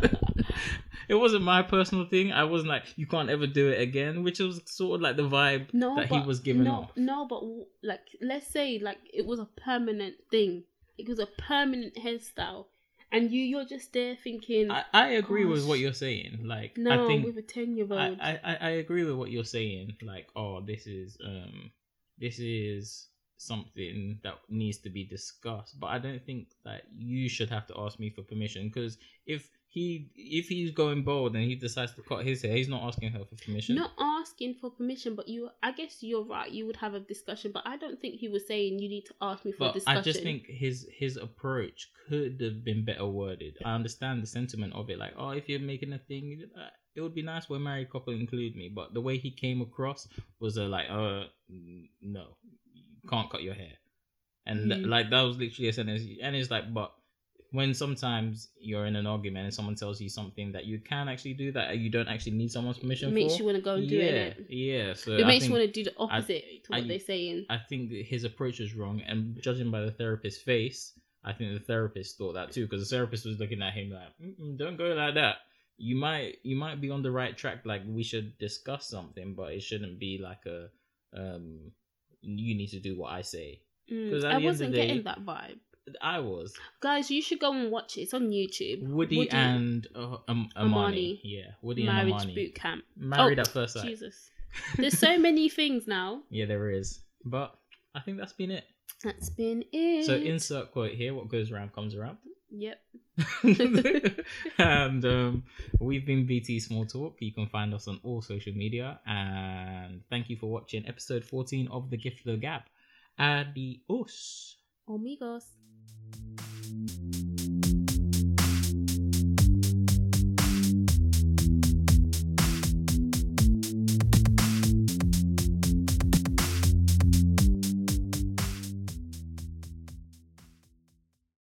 Speaker 2: it wasn't my personal thing. I wasn't like you can't ever do it again, which was sort of like the vibe.
Speaker 1: No,
Speaker 2: that he
Speaker 1: but,
Speaker 2: was giving
Speaker 1: no,
Speaker 2: off.
Speaker 1: No, but w- like, let's say like it was a permanent thing. It was a permanent hairstyle, and you you're just there thinking,
Speaker 2: I, I agree with what
Speaker 1: Gosh.
Speaker 2: you're saying. Like
Speaker 1: no,
Speaker 2: I think
Speaker 1: with a ten year
Speaker 2: I,
Speaker 1: old.
Speaker 2: I- I I agree with what you're saying. Like oh, this is um this is something that needs to be discussed. But I don't think that you should have to ask me for permission because if he if he's going bold and he decides to cut his hair, he's not asking her for permission.
Speaker 1: Not asking for permission, but you. I guess you're right. You would have a discussion, but I don't think he was saying you need to ask me for a
Speaker 2: But
Speaker 1: discussion.
Speaker 2: I just think his his approach could have been better worded. I understand the sentiment of it, like, oh, if you're making a thing, uh, it would be nice when married couple include me. But the way he came across was uh, like, uh, n- no, you can't cut your hair, and th-
Speaker 1: Mm.
Speaker 2: like that was literally a sentence. And it's like, but when sometimes you're in an argument and someone tells you something that you can actually do that, you don't actually need someone's
Speaker 1: it
Speaker 2: permission
Speaker 1: makes
Speaker 2: for.
Speaker 1: you want to go and do
Speaker 2: yeah,
Speaker 1: it. innit?
Speaker 2: yeah. So
Speaker 1: It
Speaker 2: I
Speaker 1: makes
Speaker 2: think-
Speaker 1: you want to do the opposite to what
Speaker 2: I-
Speaker 1: they're saying.
Speaker 2: I think that his approach was wrong, and judging by the therapist's face, I think the therapist thought that too, because the therapist was looking at him like, Mm-mm, "Don't go like that. You might, you might be on the right track. Like we should discuss something, but it shouldn't be like a, um, you need to do what I say."
Speaker 1: Mm,
Speaker 2: 'Cause at the end
Speaker 1: I
Speaker 2: of the
Speaker 1: wasn't
Speaker 2: day-
Speaker 1: getting that vibe,
Speaker 2: I was
Speaker 1: guys. You should go and watch it. It's on YouTube.
Speaker 2: Woody, and uh, um, Amani.
Speaker 1: Amani.
Speaker 2: yeah, Woody and
Speaker 1: Marriage
Speaker 2: Amani,
Speaker 1: Boot Camp.
Speaker 2: married
Speaker 1: Oh,
Speaker 2: at first sight.
Speaker 1: Jesus. There's so many things now.
Speaker 2: Yeah, there is, but I think that's been it.
Speaker 1: That's been it.
Speaker 2: So insert quote here: "What goes around comes around."
Speaker 1: yep.
Speaker 2: and um, we've been BT Small Talk. You can find us on all social media. And thank you for watching episode 14 of The Gift of the Gap. Adios.
Speaker 1: Amigos.